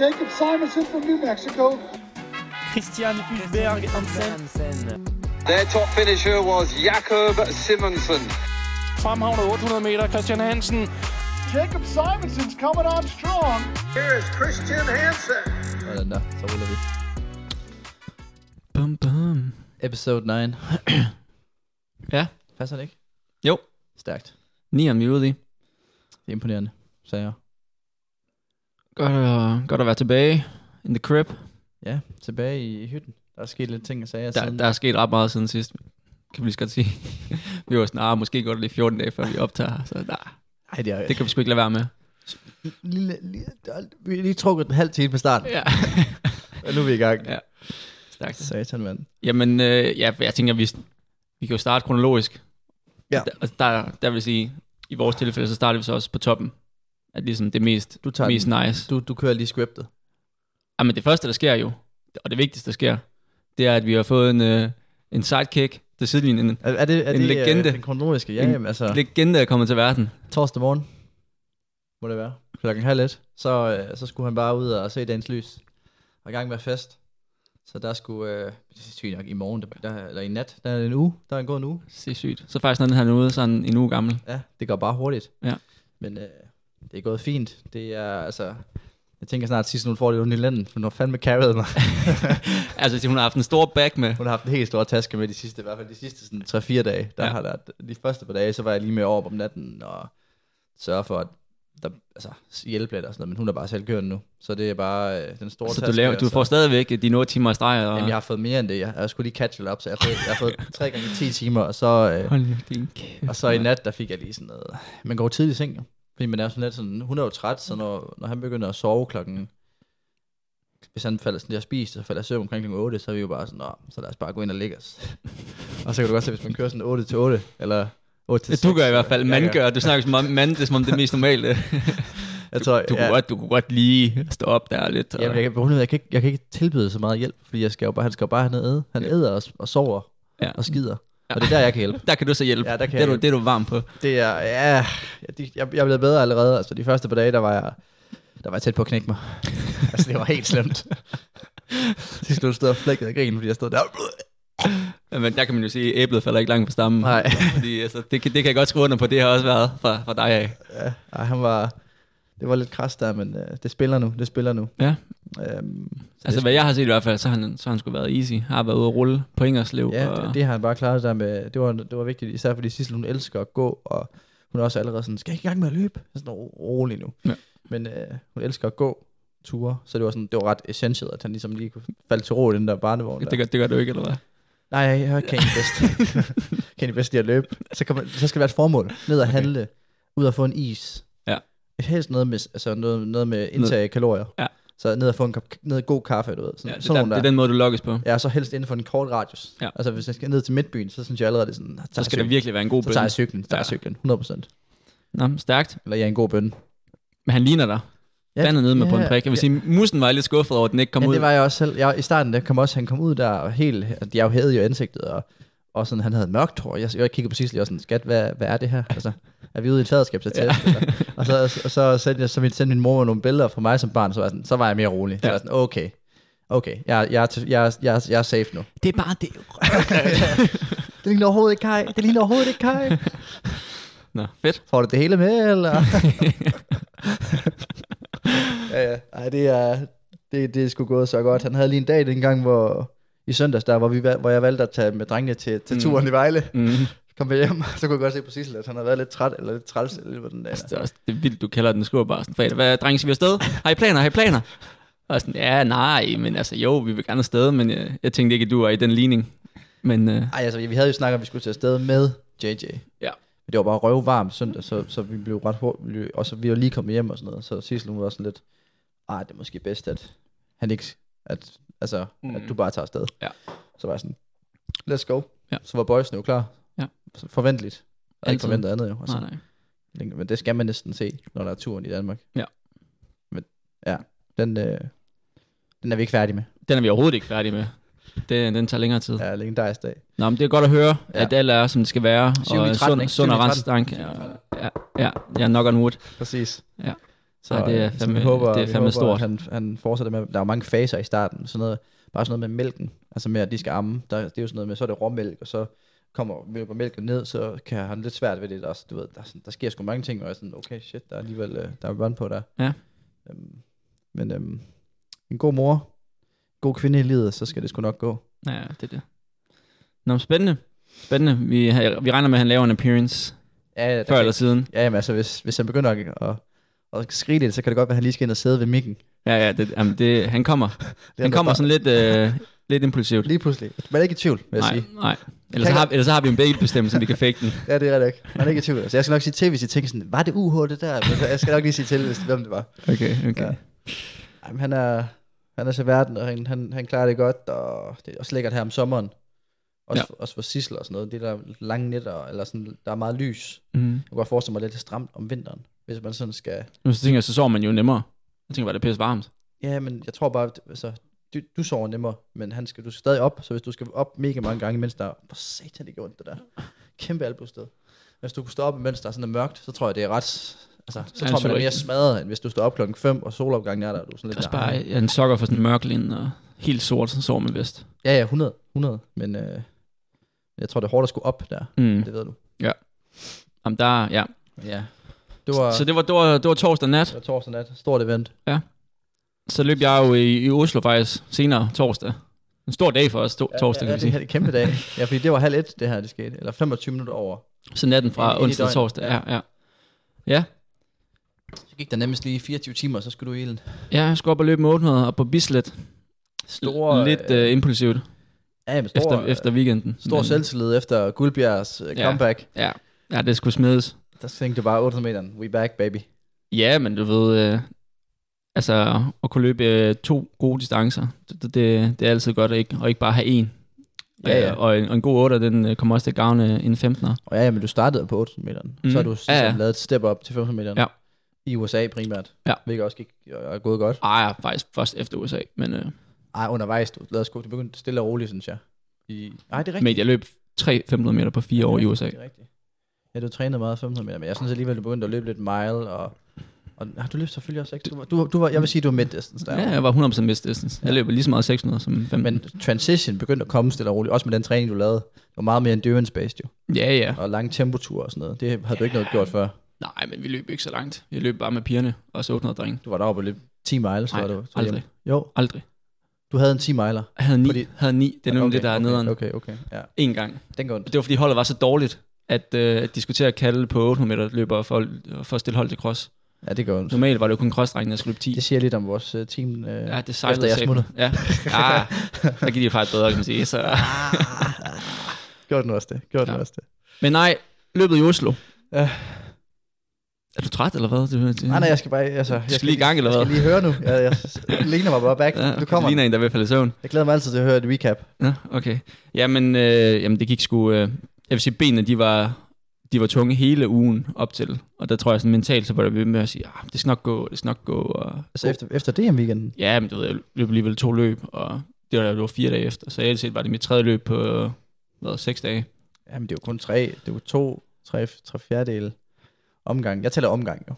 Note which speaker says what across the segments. Speaker 1: Jacob Simonson from New Mexico.
Speaker 2: Christian Hulberg Hansen.
Speaker 3: Their top finisher was Jakob Simonsen.
Speaker 2: Fremhavnet 800 meter, Christian Hansen.
Speaker 1: Jacob Simonson's coming on strong. Here is Christian Hansen.
Speaker 4: Og den der, så ruller vi.
Speaker 5: Bum, bum.
Speaker 4: Episode 9.
Speaker 5: Ja,
Speaker 4: Passer det ikke?
Speaker 5: Jo.
Speaker 4: Stærkt.
Speaker 5: 9 om Unity.
Speaker 4: Det er imponerende, sagde jeg.
Speaker 5: Godt at, godt at være tilbage in the crib.
Speaker 4: Ja, tilbage i hytten. Der er sket lidt ting og sager
Speaker 5: Der,
Speaker 4: siden.
Speaker 5: der er sket ret meget siden sidst, kan vi lige så godt sige. vi var sådan, ah, måske går det lige 14 dage, før vi optager. Så nej,
Speaker 4: Ej, det er
Speaker 5: det kan vi sgu ikke lade være med.
Speaker 4: lille, lille, der, vi har lige trukket en halv time på starten,
Speaker 5: Ja,
Speaker 4: og nu er vi i gang.
Speaker 5: Ja. stærkt.
Speaker 4: Satan, mand.
Speaker 5: Jamen, øh, ja, jeg tænker, vi, vi kan jo starte kronologisk.
Speaker 4: Ja.
Speaker 5: Der, altså, der, der vil jeg sige, i vores tilfælde, så starter vi så også på toppen. At ligesom det mest,
Speaker 4: Du tager
Speaker 5: mest
Speaker 4: den.
Speaker 5: nice.
Speaker 4: Du, du kører lige scriptet.
Speaker 5: Jamen, det første, der sker jo, og det vigtigste, der sker, det er, at vi har fået en, øh, en sidekick til sidelinjen. En
Speaker 4: Er, er det, er
Speaker 5: En
Speaker 4: det, øh,
Speaker 5: legende.
Speaker 4: Den kronologiske, ja,
Speaker 5: En
Speaker 4: jamen, altså.
Speaker 5: legende er kommet til verden.
Speaker 4: torsdag morgen, må det være, klokken halv et, så, øh, så skulle han bare ud og se dagens lys. Og i gang med fest. Så der skulle, øh, det er sygt nok i morgen, der, der, eller i nat, der er en uge, der er en god uge.
Speaker 5: Sindssygt. Så faktisk, når den her er ude, så er den en uge gammel.
Speaker 4: Ja, det går bare hurtigt.
Speaker 5: Ja.
Speaker 4: Men øh, det er gået fint. Det er, altså, jeg tænker snart, at sidst hun får det under i lænden, for hun har fandme carried mig.
Speaker 5: Altså, hun har haft en stor bag med.
Speaker 4: Hun har haft en helt stor taske med de sidste, i hvert fald de sidste sådan, 3-4 dage. Der
Speaker 5: Ja.
Speaker 4: ja. har der, de første par dage, så var jeg lige med over om natten og sørge for, at der, altså, hjælpe lidt og sådan noget, men hun er bare selv kørende nu. Så det er bare øh, den store
Speaker 5: Så Altså, du,
Speaker 4: taske.
Speaker 5: laver, du
Speaker 4: og så-
Speaker 5: får stadigvæk øh, dine 8 timer i streg. Og...
Speaker 4: altså. Jamen, jeg har fået mere end det. Jeg, jeg skulle lige catch it up, så jeg har fået, jeg har fået 3 gange 10 timer, og så, øh,
Speaker 5: Hold nu din kæft.
Speaker 4: og så i nat, der fik jeg lige sådan noget. Man går tidligt i seng, jo. Fordi man er sådan lidt sådan, hun er jo træt, så når, når han begynder at sove klokken, hvis han falder sådan, jeg spiser, så falder jeg i søvn omkring klokken 8, så er vi jo bare sådan, Nå, så lad os bare gå ind og lægge os. og så kan du godt se, hvis man kører sådan 8 til 8, eller 8 til 6.
Speaker 5: Det du gør i hvert fald.
Speaker 4: Jeg
Speaker 5: Man gør. Du snakker som om mand, det er som om det er mest normale.
Speaker 4: Jeg tror,
Speaker 5: Du, kunne
Speaker 4: ja,
Speaker 5: godt, du kunne godt lige stå op der lidt. Og...
Speaker 4: Jamen, jeg, kan, problemet er, jeg, kan ikke, jeg kan ikke tilbyde så meget hjælp, fordi jeg skal jo bare, han skal jo bare have noget at æde. Han æder og, og sover
Speaker 5: Ja.
Speaker 4: og skider.
Speaker 5: Ja.
Speaker 4: Og det er der, jeg kan hjælpe.
Speaker 5: Der kan du så hjælpe.
Speaker 4: Ja, der kan
Speaker 5: det, er
Speaker 4: jeg
Speaker 5: du,
Speaker 4: hjælpe.
Speaker 5: det er du varm på.
Speaker 4: Det er, ja, jeg, de- jeg, jeg blev bedre allerede. Altså, de første par dage, der var jeg, der var jeg tæt på at knække mig. altså, det var helt slemt. Til slut stod jeg og flækkede af grin, fordi jeg stod der.
Speaker 5: Men der kan man jo sige, at æblet falder ikke langt på stammen.
Speaker 4: Nej.
Speaker 5: Fordi, altså, det, kan, det kan jeg godt skrive under på. Det har også været fra, fra dig af.
Speaker 4: Ja, ej, han var, det var lidt kras der, men øh, det spiller nu, det spiller nu.
Speaker 5: Ja.
Speaker 4: Øhm, så
Speaker 5: Altså,
Speaker 4: det,
Speaker 5: hvad jeg har set i hvert fald, så har han, så har han sgu været easy. Har været ude at rulle på Ingerslev.
Speaker 4: ja,
Speaker 5: og...
Speaker 4: det, det, har han bare klaret der med, det var, det var vigtigt, især fordi Sissel, hun elsker at gå, og hun er også allerede sådan, skal jeg ikke i gang med at løbe? Jeg er Sådan "Ro- rolig nu.
Speaker 5: Ja.
Speaker 4: Men øh, hun elsker at gå ture, så det var, sådan, det var ret essentielt, at han ligesom lige kunne falde til ro i den der barnevogn. der.
Speaker 5: det, gør, det gør du ikke, eller hvad?
Speaker 4: Nej, jeg har Kanye West. Kanye West lide at løbe. Så, kan man, så skal det være et formål. Ned og handle. Ud og få en is.
Speaker 5: Ja.
Speaker 4: Helst noget med, altså noget, noget med indtag af kalorier.
Speaker 5: Ja.
Speaker 4: Så ned og få en kop, noget god kaffe, du ved. Sådan,
Speaker 5: Ja,
Speaker 4: ja,
Speaker 5: det,
Speaker 4: sådan
Speaker 5: der, det er
Speaker 4: der.
Speaker 5: den måde, du logges på.
Speaker 4: Ja, og så helst inden for en kort radius.
Speaker 5: Ja.
Speaker 4: Altså hvis jeg skal ned til midtbyen, så synes jeg allerede, det er sådan,
Speaker 5: Så skal der virkelig være en god
Speaker 4: så tager
Speaker 5: bøn.
Speaker 4: jeg cyklen, så tager jeg
Speaker 5: Ja.
Speaker 4: cyklen, 100%.
Speaker 5: Nå, men stærkt.
Speaker 4: Eller jeg er en god bønne.
Speaker 5: Men han ligner dig. Ja, Dannet nede med på en prik. Jeg vil sige, musen var lidt skuffet over, at den ikke kom
Speaker 4: ja,
Speaker 5: ud.
Speaker 4: det var jeg også selv. Jeg, I starten, der kom også, han kom ud der og helt, altså, jeg havde jo ansigtet, og, og sådan, han havde mørkt hår. Jeg, jeg kiggede præcis lige og sådan, skat, hvad, hvad er det her? Altså, er vi ude i et faderskabsattest? Ja. og så, og så sendte, jeg, så min- sendte min mor nogle billeder fra mig som barn, så var, jeg sådan, så var jeg mere rolig. Ja.
Speaker 5: Ja.
Speaker 4: Jeg var sådan, okay, okay, jeg, jeg, er til- jeg, jeg, jeg, jeg er safe nu.
Speaker 5: det er bare det.
Speaker 4: Det ligner overhovedet ikke Kai. Det ligner overhovedet ikke Kai.
Speaker 5: Nå, fedt.
Speaker 4: Får du det hele med, eller? ja, ja. Ej, det er, det, det er sgu gået så godt. Han havde lige en dag dengang, hvor i søndags, der, hvor, vi, valg- hvor jeg valgte at tage med drengene til, til turen i Vejle.
Speaker 5: Mm.
Speaker 4: Kom jeg hjem, så kunne jeg godt se på Sissel, at han havde været lidt træt, eller lidt træls, eller hvad den dag.
Speaker 5: Det er, også, det er vildt, du kalder den skurbarsen fredag. Hvad, drenge, skal vi afsted? Har I planer? Har I planer? Og sådan, ja, nej, men altså, jo, vi vil gerne afsted, men øh, jeg, jeg tænkte ikke, at du var i den ligning. Men øh,
Speaker 4: Ej, altså, vi havde jo snakket om, at vi skulle til afsted med JJ.
Speaker 5: Ja.
Speaker 4: Men det var bare røvvarmt søndag, så, så vi blev ret hurtigt, og så vi var lige kommet hjem og sådan noget, så Sissel hun var sådan lidt, ej, det er måske bedst, at han ikke, at, altså, mm. at du bare tager afsted.
Speaker 5: Ja.
Speaker 4: Så var jeg sådan, let's go.
Speaker 5: Ja.
Speaker 4: Så var boysene jo klar.
Speaker 5: Ja.
Speaker 4: Så forventeligt. Og ikke
Speaker 5: Altid.
Speaker 4: forventet andet jo.
Speaker 5: nej,
Speaker 4: Altså,
Speaker 5: nej.
Speaker 4: men det skal man næsten se, når der er turen i Danmark.
Speaker 5: Ja.
Speaker 4: Men ja, den, øh, den er vi ikke færdige med.
Speaker 5: Den er vi overhovedet ikke færdige med. Det, den tager længere tid. Ja.
Speaker 4: Ja, legendarisk dag.
Speaker 5: Nå, men det er godt at høre,
Speaker 4: Ja.
Speaker 5: ja. at alt er, som det skal være.
Speaker 4: Syv i
Speaker 5: og
Speaker 4: tretten,
Speaker 5: sund,
Speaker 4: ikke?
Speaker 5: sund
Speaker 4: Syv
Speaker 5: og
Speaker 4: i
Speaker 5: rent stank. Ja, ja, ja, knock on wood.
Speaker 4: Præcis.
Speaker 5: Ja.
Speaker 4: Så
Speaker 5: Ej, det er
Speaker 4: øh, så
Speaker 5: fandme-
Speaker 4: vi håber,
Speaker 5: det er
Speaker 4: vi
Speaker 5: fandme
Speaker 4: håber, at
Speaker 5: stort.
Speaker 4: Han, han fortsætter med, der er jo mange faser i starten, sådan noget, bare sådan noget med mælken, altså med, at de skal amme, der, det er jo sådan noget med, så er det råmælk, og så kommer løber mælken ned, så kan han lidt svært ved det, der, er sådan- du ved, der, er sådan, der sker sgu mange ting, og jeg er sådan, okay, shit, der er alligevel, øh, der er børn på der.
Speaker 5: Ja.
Speaker 4: Øhm, men øhm, en god mor, god kvinde i livet, så skal det sgu nok gå.
Speaker 5: Ja, det er det. Nå, spændende. Spændende. Vi, vi regner med, at han laver en appearance
Speaker 4: Ja, der
Speaker 5: før eller siden.
Speaker 4: Ja, jamen, altså, hvis, hvis han begynder at, at, at skrige lidt, så kan det godt være, at han lige skal ind og sidde ved mikken.
Speaker 5: Ja, ja, det, jamen, det, han kommer. Han kommer sådan lidt, øh, lidt impulsivt.
Speaker 4: altså Lige pludselig. Man er ikke i tvivl, vil jeg
Speaker 5: Nej,
Speaker 4: sige.
Speaker 5: nej. Ellers, så har, ellers så har vi en babybestemmelse, vi kan fake den.
Speaker 4: Ja, det er det ikke. Man er ikke i tvivl. Altså, jeg skal nok sige til, hvis I tænker sådan, var det UH det der? Men Jeg skal nok lige sige til, hvis, hvem det var.
Speaker 5: Okay, okay.
Speaker 4: Ja. Jamen, han er, han er til verden, og han, han, han klarer det godt, og det er også lækkert her om sommeren. Også, ja. også for sisler og sådan noget. Det der lange nætter, eller sådan, der er meget lys.
Speaker 5: Mm.
Speaker 4: Jeg kunne godt forestille mig lidt stramt om vinteren, hvis man sådan skal...
Speaker 5: Nu så tænker jeg, så sover man jo nemmere. Jeg tænker, var det pisse varmt?
Speaker 4: Ja, men jeg tror bare, at- altså, du, du sover nemmere, men han skal, du skal stadig op, så hvis du skal op mega mange gange, mens der er, for satan, det gør ondt, det der. Kæmpe albusted. Hvis du kunne stå op, mens der er sådan er mørkt, så tror jeg, det er ret, altså, så tror
Speaker 5: Ja,
Speaker 4: man, det er
Speaker 5: selvfølgelig.
Speaker 4: mere smadret, end hvis du står op klokken 5, og solopgangen er der, og du er sådan
Speaker 5: Det er
Speaker 4: lidt
Speaker 5: også
Speaker 4: der,
Speaker 5: bare jeg er en sokker for sådan en mørk lind og helt sort, sådan sover med vest.
Speaker 4: "Ah." Ja, ja, 100, 100, men øh, jeg tror, det er hårdt at skulle op der,
Speaker 5: Mm.
Speaker 4: det ved du.
Speaker 5: Jamen, der, ja.
Speaker 4: Ja. Det var,
Speaker 5: Så det var, det var, det var torsdag
Speaker 4: det
Speaker 5: nat.
Speaker 4: var torsdag nat, stort event.
Speaker 5: Så løb jeg jo i, i Oslo faktisk senere torsdag. En stor dag for os, to,
Speaker 4: ja,
Speaker 5: torsdag, kan
Speaker 4: ja,
Speaker 5: vi
Speaker 4: det
Speaker 5: sige.
Speaker 4: her er en kæmpe dag. Ja, fordi det var halv et, det her, det skete, eller 25 minutter over.
Speaker 5: Så natten
Speaker 4: Ind
Speaker 5: fra
Speaker 4: i
Speaker 5: onsdag til
Speaker 4: døgnet.
Speaker 5: torsdag. Ja, ja. Ja,
Speaker 4: Så gik der nemmest lige 24 timer, så skulle du i ilden.
Speaker 5: ja jeg skulle op og løbe med 800 og på Bislett.
Speaker 4: Store,
Speaker 5: Lidt øh, impulsivt
Speaker 4: Ja, men stor,
Speaker 5: efter, efter weekenden.
Speaker 4: Stor
Speaker 5: Men-
Speaker 4: selvtillid efter Guldbjergs øh,
Speaker 5: Ja.
Speaker 4: comeback.
Speaker 5: Ja, ja det skulle smides.
Speaker 4: Der tænkte du bare 800 meter. We back, baby.
Speaker 5: Ja, men du ved, øh, altså at kunne løbe øh, to gode distancer, det, det, det er altid godt, ikke? og ikke bare have en.
Speaker 4: Ja, ja.
Speaker 5: Øh, Og, en, og en god 8, den øh, kommer også til at gavne en 15'er.
Speaker 4: Og ja, ja, men du startede på 800 meter. Mm. Så
Speaker 5: Mhm.
Speaker 4: har du ligesom
Speaker 5: Ja,
Speaker 4: ja,
Speaker 5: ja.
Speaker 4: lavet et step op til 500 meter.
Speaker 5: Ja.
Speaker 4: I USA primært.
Speaker 5: Ja.
Speaker 4: Hvilket også gik, og er gået godt.
Speaker 5: Ej, ja, faktisk først efter USA, men, øh,
Speaker 4: Ej, undervejs. Du lavede sgu. Du begyndte stille og roligt, synes jeg. I... Ej, det er rigtigt.
Speaker 5: men jeg løb 3-500 meter på fire år i USA.
Speaker 4: Det er rigtigt. Ja, du trænede meget 500 meter, men jeg synes alligevel, du begyndte at løbe lidt mile, og, og har du løb selvfølgelig også ekstra. Du, var- du, var- du var, jeg vil sige, du var midt distance der.
Speaker 5: Ja, jeg var 100% mist distance. Jeg løb lige så meget 600 som 15.
Speaker 4: Men transition begyndte at komme stille og roligt, også med den træning, du lavede. Det var meget mere endurance-based jo.
Speaker 5: ja, ja.
Speaker 4: og lange temperaturer og sådan noget. Det havde du ikke noget gjort før.
Speaker 5: Nej, men vi løb ikke så langt. Vi løb bare med pigerne, og så 800 drenge.
Speaker 4: Du var deroppe på lidt 10 miles.
Speaker 5: Nej,
Speaker 4: var du, så
Speaker 5: aldrig.
Speaker 4: hjem. Jo,
Speaker 5: Aldrig.
Speaker 4: du havde en 10 miler.
Speaker 5: Jeg havde 9.
Speaker 4: Fordi-
Speaker 5: Havde 9. Det er nemlig
Speaker 4: okay,
Speaker 5: det, der er
Speaker 4: okay,
Speaker 5: nederen.
Speaker 4: Okay, okay. Ja,
Speaker 5: En gang.
Speaker 4: den går ondt.
Speaker 5: Det var fordi holdet var så dårligt, at øh, at de skulle til at kalde på 800 meter løbere for, for at stille hold til cross.
Speaker 4: Ja, det går ondt.
Speaker 5: Normalt var det jo kun crossdrengene, der skulle løbe 10.
Speaker 4: Det siger lidt om vores uh, team. Uh,
Speaker 5: ja, det sejlede
Speaker 4: jeg
Speaker 5: satme.
Speaker 4: smuttede.
Speaker 5: Ja. ja. der gik de faktisk bedre, kan man sige. Så.
Speaker 4: Gjorde den også det? Gjorde
Speaker 5: Ja.
Speaker 4: den også det?
Speaker 5: Men nej, løbet i Oslo.
Speaker 4: Ja.
Speaker 5: Er du træt, eller hvad? Det, det,
Speaker 4: Nej, nej, jeg skal bare... Altså, jeg
Speaker 5: lige i gang, eller
Speaker 4: Jeg skal
Speaker 5: hvad?
Speaker 4: lige høre nu. Jeg, jeg det ligner mig bare back.
Speaker 5: Ja,
Speaker 4: du kommer.
Speaker 5: Det ligner en, der vil falde i søvn.
Speaker 4: Jeg glæder mig altid til at høre et recap.
Speaker 5: Ja, okay. Jamen, øh, jamen det gik sgu... Øh, jeg vil sige, benene, de var, de var tunge hele ugen op til. Og der tror jeg sådan mentalt, så var der ved med at sige, ah, det skal nok gå, det skal nok gå. Og,
Speaker 4: Altså efter, efter DM-weekenden.
Speaker 5: Ja, men du ved, jeg løb alligevel to løb, og det var, det var fire dage efter. Så ellers set var det mit tredje løb på hvad, seks dage.
Speaker 4: Jamen, det er jo kun tre. Det er jo to, tre, tre fjerdedele omgang. Jeg tæller omgang jo.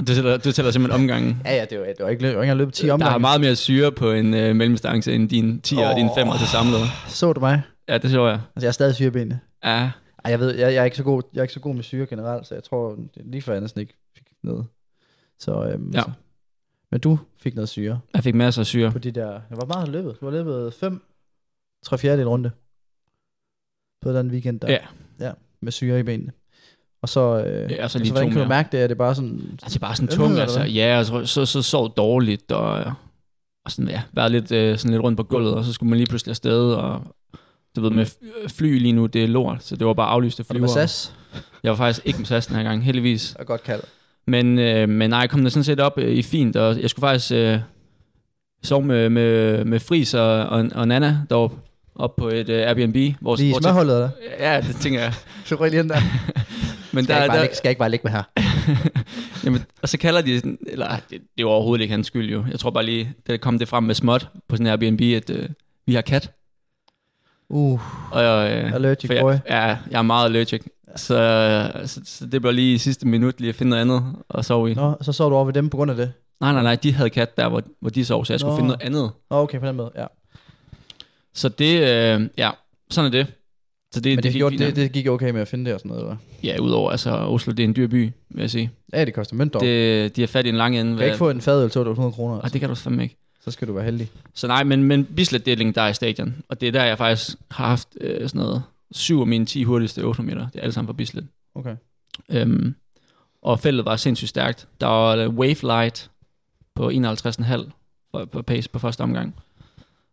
Speaker 5: Du tæller, du tæller simpelthen omgangen.
Speaker 4: Ja, ja, det var, det var ikke, det var ikke engang løbet 10 omgange.
Speaker 5: Der er meget mere syre på en øh, mellemdistance end din 10 oh. og din 5 til samlet.
Speaker 4: Så du mig?
Speaker 5: Ja, det så jeg.
Speaker 4: Altså, jeg er stadig syrebenene.
Speaker 5: Ja,
Speaker 4: Ej, jeg ved, jeg, jeg, er ikke så god, jeg er ikke så god med syre generelt, så jeg tror det er lige før jeg næsten ikke fik noget. Så, øhm,
Speaker 5: Ja.
Speaker 4: så. Men du fik noget syre
Speaker 5: jeg fik masser af syre.
Speaker 4: på de der... Hvor meget har du løbet? Du har løbet fem, tre fjerdedel runde på den weekend der.
Speaker 5: Ja.
Speaker 4: ja med syre i benene. Og så, øh,
Speaker 5: Ja, og
Speaker 4: så
Speaker 5: så lige
Speaker 4: hvordan
Speaker 5: to
Speaker 4: kan du
Speaker 5: mere.
Speaker 4: mærke det? Er det bare sådan...
Speaker 5: Altså bare sådan
Speaker 4: Ømhed,
Speaker 5: tung,
Speaker 4: eller
Speaker 5: altså.
Speaker 4: hvad?
Speaker 5: Ja, og så, så, så sov dårligt, og, og sådan, ja, været lidt, øh, sådan lidt rundt på gulvet, og så skulle man lige pludselig afsted, og du ved, med f- øh, fly lige nu, det er lort, så det var bare aflyste
Speaker 4: Var det med
Speaker 5: flyver.
Speaker 4: SAS?
Speaker 5: Jeg var faktisk ikke med SAS den her gang, heldigvis.
Speaker 4: Og godt kaldt.
Speaker 5: Men, øh, men nej, jeg kom der sådan set op øh, i fint, og jeg skulle faktisk øh, sove med, med, med Fris og, og, og Nana deroppe, op på et øh, Airbnb. Hvor,
Speaker 4: Lige i smørhullet, eller?
Speaker 5: Ja, det tænker jeg.
Speaker 4: Så ryger jeg lige den der.
Speaker 5: Men
Speaker 4: Skal,
Speaker 5: der,
Speaker 4: jeg ikke bare
Speaker 5: der,
Speaker 4: ligge, skal jeg ikke bare ligge med her?
Speaker 5: Jamen, og så kalder de sådan, eller det, det er jo overhovedet ikke hans skyld jo. Jeg tror bare lige, der kom det frem med småt på sådan her Airbnb, at øh, vi har kat.
Speaker 4: Uh,
Speaker 5: Og jeg, øh,
Speaker 4: allergic
Speaker 5: for
Speaker 4: Uh, boy.
Speaker 5: jeg, ja, jeg er meget allergic. Så, så, så det blev lige i sidste minut lige at finde noget andet at sove i. Nå.
Speaker 4: Nå, så sov du over ved dem på grund af det?
Speaker 5: Nej, nej, nej, de havde kat der, hvor, hvor de sov, så jeg skulle
Speaker 4: Nå.
Speaker 5: finde noget andet.
Speaker 4: Nå, okay, på den måde, ja.
Speaker 5: Så det, øh, ja, sådan er det. Så det,
Speaker 4: Men det,
Speaker 5: gik
Speaker 4: gjorde,
Speaker 5: fint
Speaker 4: det,
Speaker 5: nok.
Speaker 4: det gik okay med at finde det og sådan noget, eller? hvad?
Speaker 5: Ja, udover, altså Oslo, det er en dyr by, vil jeg sige.
Speaker 4: Ja, det koster mønt dog. Det,
Speaker 5: Det, de er fat i en lang ende.
Speaker 4: du kan ikke få en fadøl til 800 kroner,
Speaker 5: Og
Speaker 4: altså.
Speaker 5: det kan du fandme ikke.
Speaker 4: så skal du være heldig.
Speaker 5: Så nej, men, men Bislett, det er længe der i stadion. Og det er der, jeg faktisk har haft øh, sådan noget, syv af mine 10 hurtigste 800 meter. Det er alle sammen fra Bislett.
Speaker 4: Okay.
Speaker 5: Øhm, og feltet var sindssygt stærkt. Der var øh, wave light på 51,5 på, på pace på første omgang.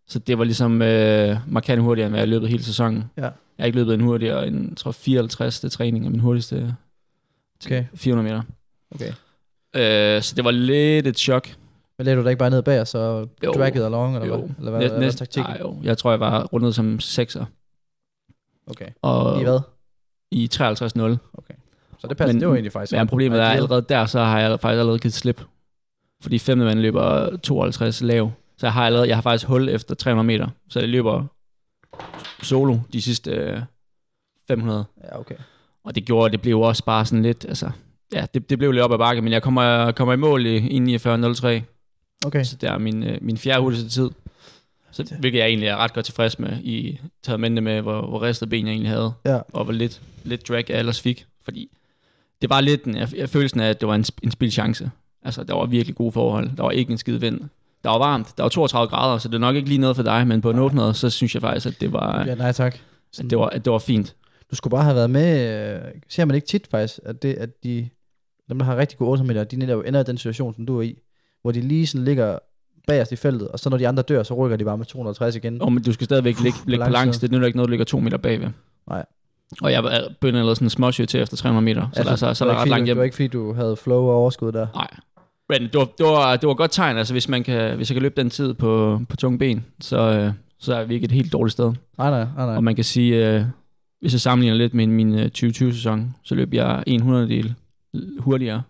Speaker 5: Så det var ligesom øh, markant hurtigere, end hvad jeg løbet hele sæsonen.
Speaker 4: Ja.
Speaker 5: Jeg har ikke løbet en hurtigere end, jeg tror, 54. træning af min hurtigste
Speaker 4: Okay.
Speaker 5: 400 meter.
Speaker 4: Okay.
Speaker 5: Øh, så det var lidt et chok.
Speaker 4: Men lagde du dig ikke bare ned bag, og så
Speaker 5: Jo.
Speaker 4: draggede along, eller
Speaker 5: Jo.
Speaker 4: hvad? Eller hvad, hvad, hvad
Speaker 5: Næst-
Speaker 4: taktikken?
Speaker 5: nej, jo. Jeg tror, jeg var rundet som sekser.
Speaker 4: Okay.
Speaker 5: Og
Speaker 4: I hvad?
Speaker 5: I 53-0.
Speaker 4: Så det passer,
Speaker 5: Men-
Speaker 4: det var egentlig faktisk...
Speaker 5: Men problemet er
Speaker 4: ideelt.
Speaker 5: allerede der, så har jeg faktisk allerede givet slip. Fordi femte mand løber 52 lav. Så jeg har, allerede, jeg har faktisk hul efter 300 meter. Så jeg løber solo de sidste øh, 500.
Speaker 4: Ja, okay.
Speaker 5: Og det gjorde, at det blev også bare sådan lidt, altså... Ja, det, det blev lidt op ad bakke, men jeg kommer, kommer i mål i 49.03.
Speaker 4: Okay.
Speaker 5: Så det er min, øh, min fjerde hurtigste tid. Så, hvilket jeg egentlig er ret godt tilfreds med, i taget mente med, hvor, hvor restet ben jeg egentlig havde,
Speaker 4: Ja.
Speaker 5: og hvor lidt, lidt drag jeg ellers fik. Fordi det var lidt en, jeg, jeg følelsen af, at det var en, sp- en spild chance. Altså, der var virkelig gode forhold. Der var ikke en skid vind. Der var varmt. Der var 32 grader, så det er nok ikke lige noget for dig, men på en 800, så synes jeg faktisk, at det var,
Speaker 4: Ja, nej tak.
Speaker 5: at det var, at det var fint.
Speaker 4: Du skulle bare have været med... Øh, ser man ikke tit faktisk, at, det, at de, dem, der har rigtig gode 800 meter, de netop ender i den situation, som du er i, hvor de lige sådan ligger bagerst i feltet, og så når de andre dør, så rykker de bare med 260 igen.
Speaker 5: Og men du skal stadigvæk ligge, ligge på
Speaker 4: balance.
Speaker 5: langs. Det nytter ikke noget, du ligger to meter bagved.
Speaker 4: Nej.
Speaker 5: Og jeg er begyndt allerede sådan småsjø til efter 300 meter, så, altså, der, så, så
Speaker 4: det
Speaker 5: der
Speaker 4: var ikke
Speaker 5: er ret
Speaker 4: fordi,
Speaker 5: langt
Speaker 4: du-
Speaker 5: hjem.
Speaker 4: Det var ikke, fordi du havde flow og overskud der.
Speaker 5: Nej. Men det var, det var, det var et godt tegn, altså hvis, man kan, hvis jeg kan løbe den tid på, på tunge ben, så, øh, så er vi ikke et helt dårligt sted. Ja.
Speaker 4: Nej, nej, nej. nej.
Speaker 5: Og man kan sige, øh, hvis jeg sammenligner lidt med min øh, 2020-sæson, så løb jeg en hundreddel hurtigere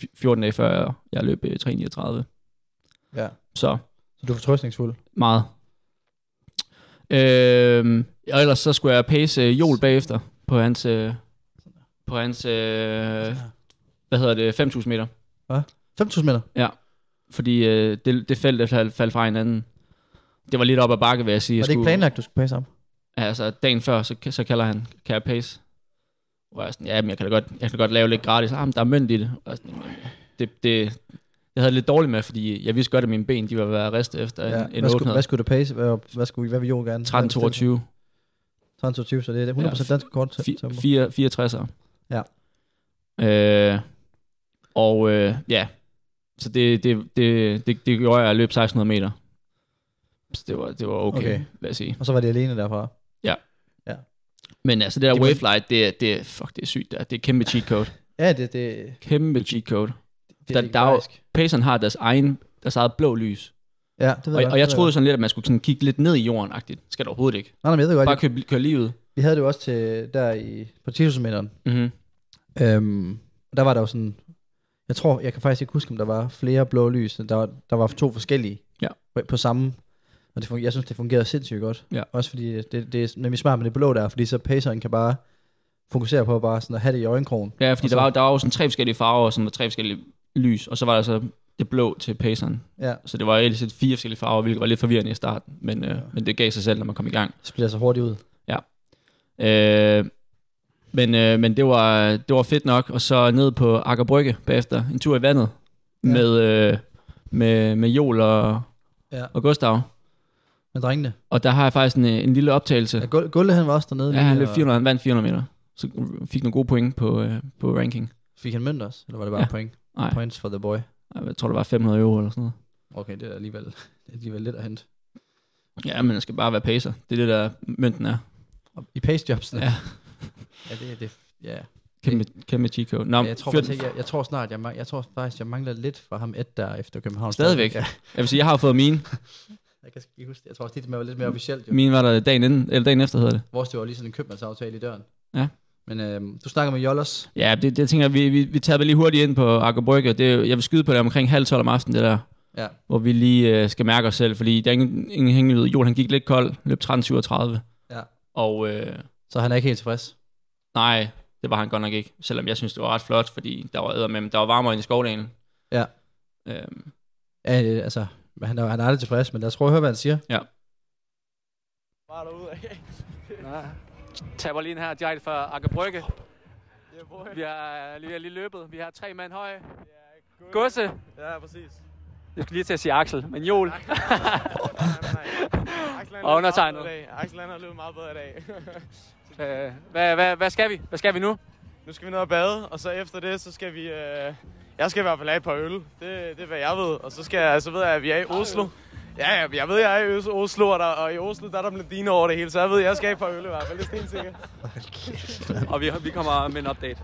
Speaker 5: f- 14 dage før jeg løb øh, 3.39.
Speaker 4: Ja.
Speaker 5: Så
Speaker 4: Så du er fortrøstningsfuld.
Speaker 5: meget. Øh, og ellers så skulle jeg pace øh, Joel bagefter på hans, øh, på hans øh, hvad hedder det, 5.000 meter.
Speaker 4: 5.000 meter?
Speaker 5: fordi øh, det, det felt faldt fald fra hinanden. Det var lidt op ad bakke, vil jeg sige.
Speaker 4: Var
Speaker 5: Jeg
Speaker 4: det ikke
Speaker 5: skulle-
Speaker 4: planlagt, du skulle passe ham?
Speaker 5: Altså, dagen før, så, så kalder han, kan jeg pace? Hvor jeg er sådan, ja, men jeg kan da godt, jeg kan da godt lave lidt gratis. Ah, men der er mønt i det. Og jeg er sådan, "Jamen, det, det, jeg havde det lidt dårligt med, fordi jeg vidste godt, at mine ben, de var været ristet efter ja, en, en
Speaker 4: hvad, skulle, hvad
Speaker 5: 800.
Speaker 4: skulle du pace? Hvad, hvad, skulle, hvad vil Jon gerne?
Speaker 5: 13-22.
Speaker 4: 13-22, så det er 100% dansk kort tempo.
Speaker 5: 64'er.
Speaker 4: Ja.
Speaker 5: Øh, og øh, ja, så det, det, det, det, det gjorde jeg, at jeg løb 1600 meter. Så det var, det var okay,
Speaker 4: Okay.
Speaker 5: okay, vil jeg sige.
Speaker 4: Og så var det alene derfra.
Speaker 5: Men altså, det der
Speaker 4: Det
Speaker 5: det
Speaker 4: må-
Speaker 5: wavelight, det er, det er, fuck, det er sygt der. Det er kæmpe cheat code.
Speaker 4: Ja, det, det, det,
Speaker 5: Kæmpe cheat code.
Speaker 4: det
Speaker 5: Der- der er jo-
Speaker 4: legendarisk.
Speaker 5: Pacerne har deres egen, deres eget blå lys.
Speaker 4: Ja, det ved
Speaker 5: Og,
Speaker 4: jeg
Speaker 5: og jeg troede
Speaker 4: godt.
Speaker 5: sådan lidt, at man skulle sådan kigge lidt ned i jorden -agtigt. Skal det overhovedet ikke.
Speaker 4: Nej, nej, men jeg ved godt.
Speaker 5: Bare køre, køre lige ud.
Speaker 4: Vi havde det jo også til, der i, på 10.000 meteren.
Speaker 5: Mm-hmm.
Speaker 4: Øhm, der var der jo sådan, jeg tror, jeg kan faktisk ikke huske, om der var flere blå lys. Der var, der var to forskellige
Speaker 5: Ja.
Speaker 4: på, på samme. Og det fungerede, jeg synes, det fungerede sindssygt godt.
Speaker 5: Ja.
Speaker 4: Også fordi øh, det, det er nemlig smart med det blå der, fordi så paceren kan bare fokusere på bare sådan at have det i øjenkrogen.
Speaker 5: Ja, fordi
Speaker 4: Og så-
Speaker 5: der, var, der var jo sådan tre forskellige farver, som var tre forskellige lys. Og så var der så det blå til paceren.
Speaker 4: Ja.
Speaker 5: Så det var egentlig set fire forskellige farver, hvilket var lidt forvirrende i starten. Men, øh, men det gav sig selv, når man kom i gang.
Speaker 4: Så bliver jeg så hurtigt ud.
Speaker 5: Øh, men øh, men det, var, det var fedt nok. Og så ned på Akker Brygge bagefter. En tur i vandet.
Speaker 4: Ja.
Speaker 5: Ja. Med, øh, med, med Joel og,
Speaker 4: Ja.
Speaker 5: ja. og Gustav.
Speaker 4: Med drengene.
Speaker 5: Og der har jeg faktisk en, øh, en lille optagelse.
Speaker 4: Ja, Gulde, Gulde, han var også dernede.
Speaker 5: Ja, han løb
Speaker 4: og
Speaker 5: 400, han vandt 400 meter. Så fik nogle gode point på, øh, på ranking.
Speaker 4: Fik han mønt også? Eller var det bare ja.
Speaker 5: Ja.
Speaker 4: point?
Speaker 5: Nej,
Speaker 4: Points for the boy.
Speaker 5: jeg tror, det var 500 euro eller sådan noget.
Speaker 4: Okay, det er alligevel, det er alligevel lidt at hente.
Speaker 5: Ja, men jeg skal bare være pacer. Det er det, der mønten er.
Speaker 4: Og I pacejobsene.
Speaker 5: Ja.
Speaker 4: ja, det, det, ja.
Speaker 5: Kæmpe, kæmpe Chico. Nå,
Speaker 4: jeg, tror,
Speaker 5: fyr den-
Speaker 4: faktisk, jeg, jeg, tror snart, jeg, mang- jeg tror faktisk, jeg mangler lidt fra ham et der efter København.
Speaker 5: Stadigvæk?
Speaker 4: Ja,
Speaker 5: jeg vil sige, jeg har fået mine.
Speaker 4: jeg kan ikke huske det. Jeg tror også, det var
Speaker 5: Mm.
Speaker 4: lidt mere officielt. Jo.
Speaker 5: Mine var der dagen, inden, eller dagen efter, hedder det.
Speaker 4: Vores, det var lige sådan en købmandsaftale i døren.
Speaker 5: Ja.
Speaker 4: Men øhm, du snakker med Jollers.
Speaker 5: Ja, det, det tænker jeg, vi, vi, vi tager lige hurtigt ind på Akker Brygge. Det, er jo- jeg vil skyde på det omkring halv tolv om aftenen, det der,
Speaker 4: Ja.
Speaker 5: hvor vi lige øh, skal mærke os selv, fordi der er ingen, ingen hængelighed. Joel, han gik lidt kold, løb 13.37.
Speaker 4: Ja.
Speaker 5: Og øh,
Speaker 4: Så han er ikke helt tilfreds.
Speaker 5: nej, Det var han godt nok ikke, selvom jeg synes, det var ret flot, fordi der var æder med, der var varmere end i skovdagen.
Speaker 4: Ja.
Speaker 5: Øhm,
Speaker 4: Ja, det- altså, han er, han er aldrig tilfreds, men lad os prøve at høre, hvad han siger.
Speaker 6: Bare derude af. Nej. Taber lige en her direkte fra Akker Brygge. Vi har, vi har lige løbet. Vi har tre mand høje. Gusse.
Speaker 7: Ja, præcis.
Speaker 6: Jeg skulle lige til at sige Axel, men Joel.
Speaker 7: Axel,
Speaker 6: Og
Speaker 7: han løb meget bedre
Speaker 6: undertegnet.
Speaker 7: i dag. Øh, Axel han har løbet meget bedre i dag.
Speaker 6: Øh, hvad, hvad, hvad skal vi? Hvad skal vi nu?
Speaker 7: nu skal vi ned og bade, og så efter det, så skal vi... Øh, jeg skal i hvert fald have et par øl. Det, det er, hvad jeg ved. Og så, skal jeg, så ved jeg, at vi er i Oslo. Ja, ja, jeg ved, jeg er i Øs- Oslo, og, der, og i Oslo, der er der blandine over det hele, så jeg ved, jeg skal have et par øl i hvert fald, det er stensikkert.
Speaker 6: Og vi, vi kommer med en update.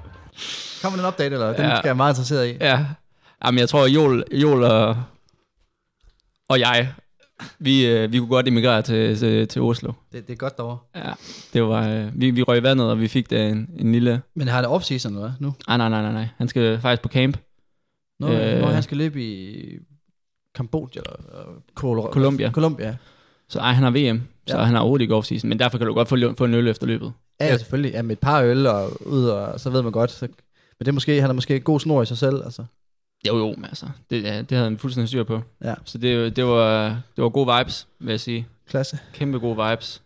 Speaker 4: Kommer den update, eller? Den
Speaker 5: Ja.
Speaker 4: ja. skal jeg meget interesseret i.
Speaker 5: ja. Jamen, jeg tror, Joel, Joel og, og jeg, vi, øh, vi kunne godt emigrere til, til, til Oslo.
Speaker 4: Det, det er godt derovre.
Speaker 5: Ja, det var, øh, vi, vi røg i vandet, og vi fik da en, en lille...
Speaker 4: Men har det off-season, eller hvad, nu?
Speaker 5: Ej, Ah, nej, nej, nej, nej. Han skal faktisk på camp.
Speaker 4: Når,
Speaker 5: Øh.
Speaker 4: øh, når han skal løbe i Kambodja, eller øh, Colorado.
Speaker 5: Colombia.
Speaker 4: Colombia.
Speaker 5: Så ej, han har VM, så
Speaker 4: Ja.
Speaker 5: han har overhovedet ikke off-season. Men derfor kan du godt få, lø- få en øl efter løbet.
Speaker 4: Ja, ja, selvfølgelig. Ja, med et par øl og ud, og så ved man godt. Så, men det er måske, han er måske god snor i sig selv, altså.
Speaker 5: Jo, jo, men altså, det, ja, det havde han fuldstændig styr på.
Speaker 4: Ja.
Speaker 5: Så det, det, var, det var gode vibes, vil jeg sige.
Speaker 4: Klasse.
Speaker 5: Kæmpe gode vibes.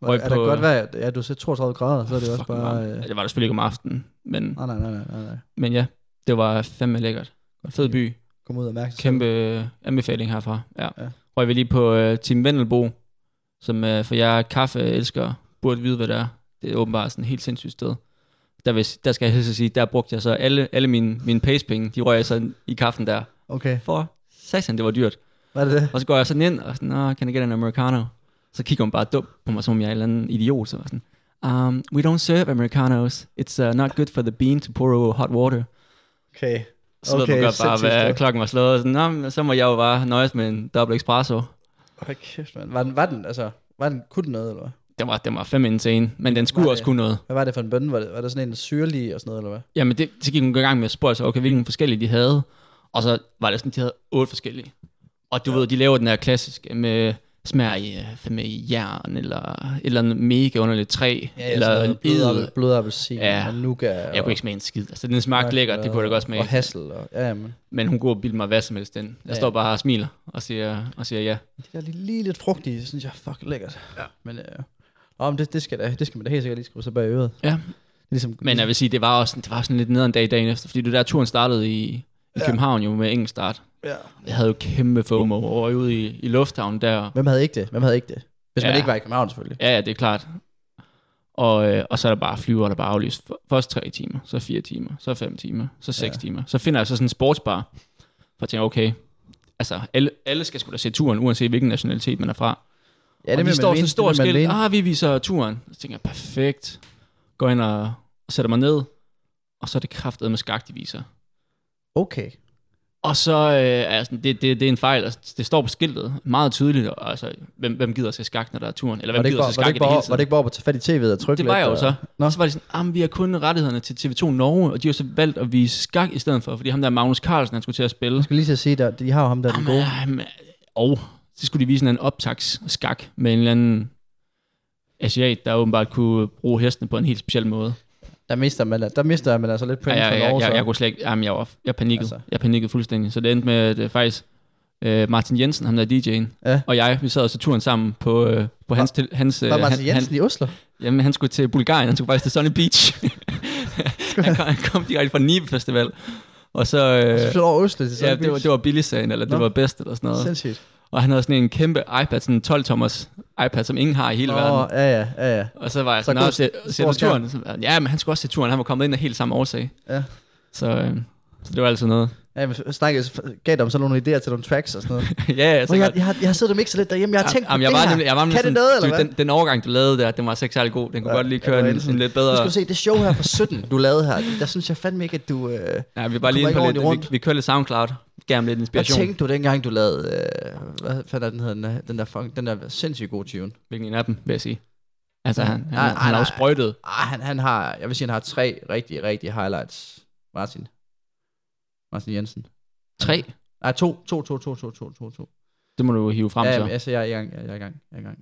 Speaker 4: Og
Speaker 5: Røg
Speaker 4: er
Speaker 5: på- Altså-
Speaker 4: der godt vejr? Ja, du ser 32 grader, så er det jo også
Speaker 5: Fucking
Speaker 4: bare...
Speaker 5: varmt.
Speaker 4: Øh,
Speaker 5: Ja, det var der selvfølgelig ikke om aftenen, men,
Speaker 4: nej, nej, nej, nej, nej, nej.
Speaker 5: men ja, det var fandme lækkert. Fed by.
Speaker 4: Kom ud og mærke sig
Speaker 5: Kæmpe øh, anbefaling herfra. Ja.
Speaker 4: Ja.
Speaker 5: Røg vi lige på øh, Team Vendelbo, som øh, for jer kaffeelskere burde vide, hvad det er. Det er åbenbart sådan et helt sindssygt sted. Der, vil, der skal jeg helst at sige, der brugte jeg så alle, alle mine, mine pacepenge, de røg jeg så i kaffen der.
Speaker 4: selv. Okay,
Speaker 5: For satan, det var dyrt.
Speaker 4: hvad er det?
Speaker 5: Og så går jeg sådan ind og sådan, Nå, can I get an americano? Så kigger hun bare dumt på mig, som om jeg er en eller anden idiot. Så var jeg sådan, um, we don't serve americanos. It's uh, not good for the bean to pour over hot water.
Speaker 4: Okay.
Speaker 5: Så okay, ved man godt bare,
Speaker 4: sindssygt
Speaker 5: hvad
Speaker 4: sted.
Speaker 5: klokken var slået. Og Sådan, Nå, men så må jeg jo bare nøjes med en double espresso.
Speaker 4: Hold kæft, mand. Var den, var den, altså, var den, kunne den noget, eller hvad?
Speaker 5: Den var, den var fem insane, men den skulle
Speaker 4: Var
Speaker 5: også
Speaker 4: det?
Speaker 5: kunne noget.
Speaker 4: Hvad var det for en bønne? Var det, var det sådan en syrlig og sådan noget, eller hvad?
Speaker 5: Jamen, det, så gik hun i gang med at spørge sig, okay, hvilke forskellige de havde. Og så var det sådan, de havde otte forskellige. Og du ja. ved, de laver den der klassiske med smager i, øh, fandme i jern, eller et eller andet mega underligt træ, eller en edel.
Speaker 4: blød, blød appelsin
Speaker 5: Ja.
Speaker 4: ja. og nougat.
Speaker 5: Jeg
Speaker 4: og-
Speaker 5: kunne ikke smage en skid. Altså, den smagte lækkert, det kunne jeg da godt smage.
Speaker 4: Og hassel. Og, ja, men
Speaker 5: Men hun kunne bilde mig hvad som helst den. Jeg
Speaker 4: Ja.
Speaker 5: står bare og smiler og siger, og siger ja.
Speaker 4: det der lige, lige lidt frugtige, det synes jeg er fucking lækkert. Ja. Men, øh, nå, men det, det, skal da, det skal man da helt sikkert lige skrive sig bag øret.
Speaker 5: Ja.
Speaker 4: Ligesom,
Speaker 5: Men jeg vil sige, det var også det var sådan lidt nederen dag dagen efter, fordi det der turen startede i, i ja. København jo med engelsk start.
Speaker 4: ja.
Speaker 5: Jeg havde jo kæmpe FOMO over ude i, i lufthavnen der.
Speaker 4: Hvem havde ikke det? Hvem havde ikke det? Hvis ja.
Speaker 5: Ja.
Speaker 4: man ikke var i København, selvfølgelig.
Speaker 5: Ja, ja, det er klart. Og, øh, og så er der bare flyver, der bare er aflyst. F- Først tre timer, så fire timer, så fem timer, så seks ja.
Speaker 4: Ja.
Speaker 5: timer. Så finder jeg så sådan en sportsbar, for jeg tænker, okay, altså alle, alle skal skulle da se turen, uanset hvilken nationalitet man er fra. Ja, det og
Speaker 4: vil
Speaker 5: de
Speaker 4: man
Speaker 5: står sådan
Speaker 4: mene,
Speaker 5: en stor
Speaker 4: det vil man
Speaker 5: skilt.
Speaker 4: mene.
Speaker 5: Ah, vi viser turen. Så tænker jeg, perfekt. Går ind og, og sætter mig ned. Og så er det kraftet med skak, de viser. Ah.
Speaker 4: Okay.
Speaker 5: Og så øh, altså, det, det, det er en fejl. Altså, det står på skiltet meget tydeligt. Og, altså, hvem, hvem gider at se skak, når der er turen? Eller
Speaker 4: Var
Speaker 5: hvem
Speaker 4: det, ikke
Speaker 5: gider
Speaker 4: bare,
Speaker 5: at se
Speaker 4: var, det
Speaker 5: skak i
Speaker 4: ikke
Speaker 5: det
Speaker 4: bare,
Speaker 5: hele
Speaker 4: var det
Speaker 5: tiden?
Speaker 4: ikke bare op at tage fat i tv'et og trykke
Speaker 5: Det var jeg
Speaker 4: lidt,
Speaker 5: jo så.
Speaker 4: Nå.
Speaker 5: Og så var det sådan, ah, vi har kun rettighederne til TV2 Norge, og de har så valgt at vise skak i stedet for, fordi ham der Magnus Carlsen, han skulle til at spille.
Speaker 4: Jeg skulle lige til at sige, der, de har jo ham der, den gode.
Speaker 5: Jamen, øh, og så skulle de vise en eller anden optagsskak med en eller anden asiat, der åbenbart kunne bruge hestene på en helt speciel måde.
Speaker 4: Der mister man, der mister man altså lidt
Speaker 5: Ja,
Speaker 4: point
Speaker 5: jeg,
Speaker 4: for
Speaker 5: jeg,
Speaker 4: Norge,
Speaker 5: jeg,
Speaker 4: så.
Speaker 5: jeg, jeg kunne slet ikke, jamen, jeg, var, jeg panikkede. Altså.
Speaker 4: Altså.
Speaker 5: Jeg panikkede fuldstændig. Så det endte med, at øh, faktisk øh, Martin Jensen, ham der DJ'en,
Speaker 4: Ja.
Speaker 5: og jeg, vi sad og så turen sammen på, øh, på hans... Til, hans øh,
Speaker 4: var Martin
Speaker 5: han, Øh.
Speaker 4: Jensen i Oslo?
Speaker 5: han, jamen, han skulle til Bulgarien, han skulle faktisk til Sunny Beach. han, kom, han kom direkte fra Nibe Festival. Og så...
Speaker 4: Så
Speaker 5: Øh,
Speaker 4: flytter over Oslo til
Speaker 5: ja, det var, det var billigsagen, eller det
Speaker 4: Nå.
Speaker 5: var bedst, eller sådan noget.
Speaker 4: Sindssygt.
Speaker 5: Og han havde sådan en kæmpe iPad, sådan en 12-tommers iPad, som ingen har i hele oh. verden.
Speaker 4: ja, ja, ja, ja.
Speaker 5: Og så var jeg
Speaker 4: Så
Speaker 5: sådan, "Nå,
Speaker 4: god
Speaker 5: ser,
Speaker 4: st-
Speaker 5: ser du
Speaker 4: stor
Speaker 5: turen? Så, var jeg, ja, men han skulle også se turen, han var kommet ind af helt samme årsag.
Speaker 4: Ja.
Speaker 5: Så, øh, så det var altid noget.
Speaker 4: Ja, men snakkede, gav dem så nogle idéer til nogle tracks og sådan noget.
Speaker 5: ja, ja, så
Speaker 4: Så jeg,
Speaker 5: godt.
Speaker 4: jeg, har, jeg har siddet og mixet lidt derhjemme, jeg har tænkt på
Speaker 5: Jamen, jeg
Speaker 4: det
Speaker 5: var
Speaker 4: her.
Speaker 5: nemlig, jeg var nemlig
Speaker 4: kan det
Speaker 5: sådan,
Speaker 4: noget, eller
Speaker 5: du,
Speaker 4: hvad?
Speaker 5: den, den overgang, du lavede der, den var så ikke særlig god. Den kunne
Speaker 4: Ja,
Speaker 5: godt lige
Speaker 4: jeg var
Speaker 5: køre en,
Speaker 4: inde
Speaker 5: en, lidt bedre...
Speaker 4: Du skulle se det show her fra 17, du lavede her. Der synes jeg fandme ikke, at du... Øh,
Speaker 5: Nej, vi var
Speaker 4: kommer
Speaker 5: lige inde
Speaker 4: ikke
Speaker 5: på lidt,
Speaker 4: ordentligt
Speaker 5: vi,
Speaker 4: rundt.
Speaker 5: vi kører lidt SoundCloud. Gav ham lidt
Speaker 4: hvad
Speaker 5: inspiration.
Speaker 4: tænkte du dengang, du lavede... Øh, hvad fanden er den hedder? Den der, den der, funk, den der sindssygt gode tune.
Speaker 5: Hvilken en af dem, vil jeg sige. Altså, han, han,
Speaker 4: Nej,
Speaker 5: han, han
Speaker 4: nej,
Speaker 5: har jo
Speaker 4: nej.
Speaker 5: sprøjtet.
Speaker 4: Ah, han, han har... Jeg vil sige, han har tre rigtig, rigtig highlights. Martin. Martin Jensen.
Speaker 5: Tre.
Speaker 4: Nej, to, to, to, to, to, to, to, to.
Speaker 5: Det må du hive frem
Speaker 4: Ja,
Speaker 5: så.
Speaker 4: jamen, altså, jeg er i gang, jeg er i gang, jeg er i gang.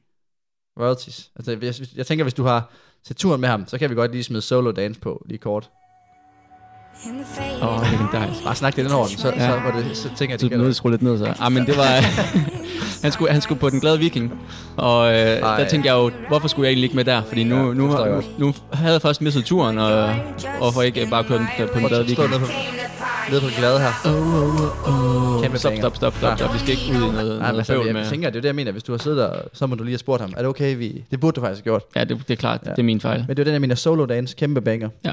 Speaker 4: royalties. Altså, jeg, jeg, jeg tænker, hvis du har set turen med ham, så kan vi godt lige smide solo dance på, lige kort.
Speaker 5: Åh, oh, legendarisk.
Speaker 4: Bare snak det den over den, så, ja. så, var det, så tænker jeg,
Speaker 5: Du
Speaker 4: det
Speaker 5: er nødt til at
Speaker 4: gælder.
Speaker 5: skrue lidt ned, så. Ah, men det var... han, skulle, han skulle på Den Glade Viking. Og øh, der tænkte jeg jo, hvorfor skulle jeg egentlig ikke med der? Fordi nu, nu,
Speaker 4: forstår jeg
Speaker 5: nu,
Speaker 4: godt.
Speaker 5: nu havde jeg først misset turen, og hvorfor ikke øh, bare køre den på- på Den Glade
Speaker 4: Stå
Speaker 5: Viking?
Speaker 4: nede på, nede på det glade her. Kæmpe
Speaker 5: Stop,
Speaker 4: banger.
Speaker 5: stop, stop, stop, stop. Vi skal ikke ud i noget,
Speaker 4: Nej, men
Speaker 5: noget
Speaker 4: så, jeg
Speaker 5: bøvl
Speaker 4: med.
Speaker 5: med...
Speaker 4: tænker, det er det, jeg mener. Hvis du har siddet der, så må du lige have spurgt ham, er det okay, vi... Det burde du faktisk have gjort.
Speaker 5: Ja, det, det er klart. Det er min fejl.
Speaker 4: Men det er den, jeg mener, solo dance, kæmpe banger.
Speaker 5: Ja,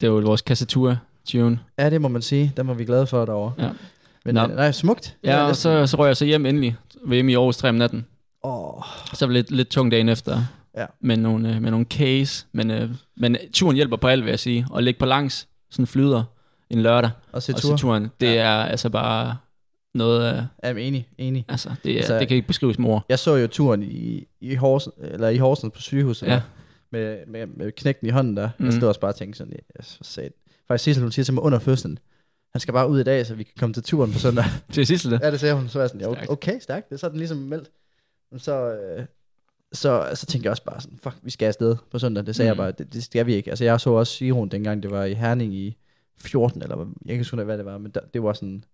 Speaker 5: det er jo vores kassatur tune.
Speaker 4: Ja, det må man sige. Den var vi glade for derovre.
Speaker 5: Ja.
Speaker 4: Men
Speaker 5: Nå.
Speaker 4: øh, nej, smukt.
Speaker 5: Ja, og så, så røg jeg så hjem endelig. Hjemme i Aarhus 3 om natten.
Speaker 4: Oh,
Speaker 5: Så var det lidt, lidt tung dagen efter.
Speaker 4: Ja.
Speaker 5: Med nogle, øh, med nogle case. Men, øh, men turen hjælper på alt, vil jeg sige. Og ligge på langs, sådan flyder en lørdag.
Speaker 4: og se
Speaker 5: og
Speaker 4: tur.
Speaker 5: se turen. Det ja. er altså bare noget af...
Speaker 4: Jamen, enig, enig.
Speaker 5: Altså, det, er,
Speaker 4: Altså-
Speaker 5: det kan ikke beskrives med ord.
Speaker 4: Jeg så jo turen i, i, Horsen, eller i Horsens på sygehuset.
Speaker 5: Ja.
Speaker 4: der, Med, med, med knækken i hånden der. Mm.
Speaker 5: Mhm.
Speaker 4: Jeg stod også bare og tænkte sådan, yes, for sat. Faktisk Sissel, hun siger til mig under fødslen, han skal bare ud i dag, så vi kan komme til turen på søndag.
Speaker 5: Til sidst det.
Speaker 4: ja, det sagde hun. Så var jeg sådan, ja,
Speaker 5: Stærkt.
Speaker 4: okay, stærkt. Det er sådan ligesom meldt. Men så, øh, så, så tænkte jeg også bare sådan, fuck, vi skal afsted på søndag. Det sagde mm.
Speaker 5: Mhm.
Speaker 4: jeg bare, det, det, skal vi ikke. Altså, jeg så også Siron dengang, det var i Herning i 14, eller hvad- jeg kan ikke huske, hvad det var, men der, det var sådan,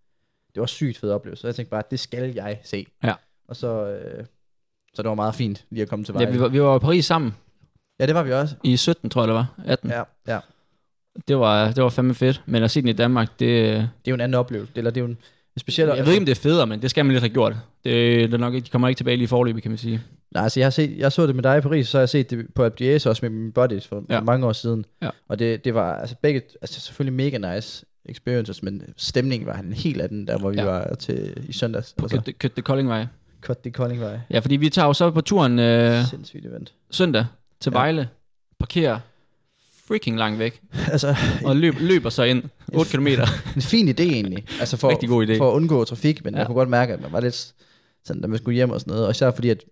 Speaker 4: det var sygt fed oplevelse. Så jeg tænkte bare, det skal jeg se.
Speaker 5: Ja.
Speaker 4: Og så, øh, så det var meget fint lige at komme til
Speaker 5: Ja,
Speaker 4: Vejle.
Speaker 5: vi var, vi var i Paris sammen
Speaker 4: ja det var vi også.
Speaker 5: i 17, tror jeg det var. 18. Ja.
Speaker 4: Ja, ja.
Speaker 5: Det, var, det var fandme fedt. Men at se den i Danmark, det...
Speaker 4: Det er jo en anden oplevelse, eller det er jo en en speciel
Speaker 5: Jeg ved ikke, om det er federe, men det skal man lidt have gjort. Det, det er nok ikke, de kommer ikke tilbage lige i forløbet, kan man sige.
Speaker 4: Nej, altså jeg, har set, jeg så det med dig i Paris, så har jeg set det på Abdias også med min buddies for
Speaker 5: Ja.
Speaker 4: ja. mange år siden.
Speaker 5: Ja.
Speaker 4: Og det, det var altså begge, altså selvfølgelig mega nice experiences, men stemningen var en helt anden, der hvor vi
Speaker 5: Ja.
Speaker 4: ja. var til i søndags.
Speaker 5: På
Speaker 4: altså,
Speaker 5: Køtte, Køtte Koldingvej.
Speaker 4: Køt det Koldingvej.
Speaker 5: Ja, fordi vi tager jo så på turen øh,
Speaker 4: Ja. Sindssygt event.
Speaker 5: søndag til
Speaker 4: Ja.
Speaker 5: Vejle. Parkerer freaking langt væk.
Speaker 4: Altså,
Speaker 5: Og løb, løber så ind 8 km.
Speaker 4: en fin idé egentlig. Altså for,
Speaker 5: Rigtig god idé.
Speaker 4: for at undgå trafik, men
Speaker 5: Ja.
Speaker 4: ja. jeg kunne godt mærke, at man var lidt sådan, da man skulle hjem og sådan noget. Og især fordi, at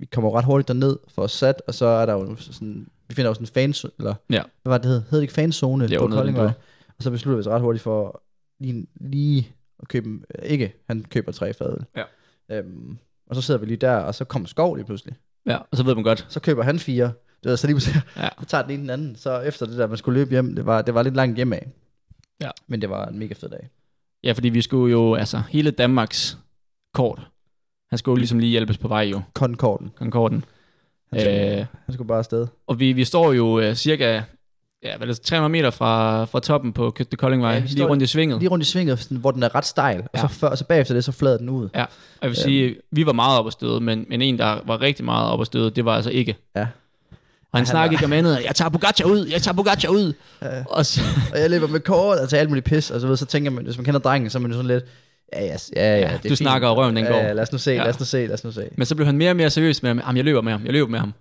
Speaker 4: vi kommer ret hurtigt derned for sat, og så er der jo sådan, vi finder jo sådan en fans, eller
Speaker 5: Ja.
Speaker 4: hvad var det, det hed? Hed det ikke fanzone
Speaker 5: Jo,
Speaker 4: på
Speaker 5: noget i den
Speaker 4: Koldingvej?
Speaker 5: dur.
Speaker 4: Og så beslutter vi os ret hurtigt for lige, lige at købe, en- ikke, han køber tre fadøl.
Speaker 5: Ja.
Speaker 4: Øhm, og så sidder vi lige der, og så kommer Skov lige pludselig.
Speaker 5: Ja, og så ved man godt.
Speaker 4: Så køber han fire, det ved, så lige pludselig,
Speaker 5: Ja.
Speaker 4: ja. så tager den ene den anden. Så efter det der, man skulle løbe hjem, det var, det var lidt langt hjem af.
Speaker 5: Ja.
Speaker 4: Men det var en mega fed dag.
Speaker 5: Ja, fordi vi skulle jo, altså, hele Danmarks kort. Han skulle jo ligesom lige hjælpes på vej jo,
Speaker 4: Concorden.
Speaker 5: Concorden.
Speaker 4: Han skulle,
Speaker 5: Øh,
Speaker 4: han skulle bare afsted.
Speaker 5: og vi, vi står jo øh, cirka ja, hvad er det, 300 meter fra, fra toppen på Køtte Koldingvej,
Speaker 4: Ja,
Speaker 5: ja,
Speaker 4: vi
Speaker 5: lige
Speaker 4: står-
Speaker 5: rundt i svinget.
Speaker 4: Lige rundt i svinget, sådan, hvor den er ret stejl. Ja. Og
Speaker 5: Ja.
Speaker 4: så, før, og så bagefter det, så flader den ud.
Speaker 5: Ja, og jeg vil sige, vi var meget op at støde, men, men en, der var rigtig meget op at støde, det var altså ikke.
Speaker 4: Ja.
Speaker 5: Og
Speaker 4: Han
Speaker 5: han snakkede
Speaker 4: var-
Speaker 5: ikke om andet. Jeg tager Bugatti ud, jeg tager Bugatti ud. Ja. Og så,
Speaker 4: Og jeg løber med kort og tager alt muligt pis. Og så, ved, så tænker man, hvis man kender drengen, så er man jo sådan lidt... Ja, ja, s- ja, ja,
Speaker 5: Ja,
Speaker 4: ja det er
Speaker 5: du
Speaker 4: fint.
Speaker 5: snakker, og røven den
Speaker 4: ja,
Speaker 5: går.
Speaker 4: Ja, lad os nu se,
Speaker 5: Ja.
Speaker 4: ja. lad os nu se, lad os nu se.
Speaker 5: men så blev han mere og mere seriøs med ham. Jamen, jeg løber med ham, jeg løber med ham.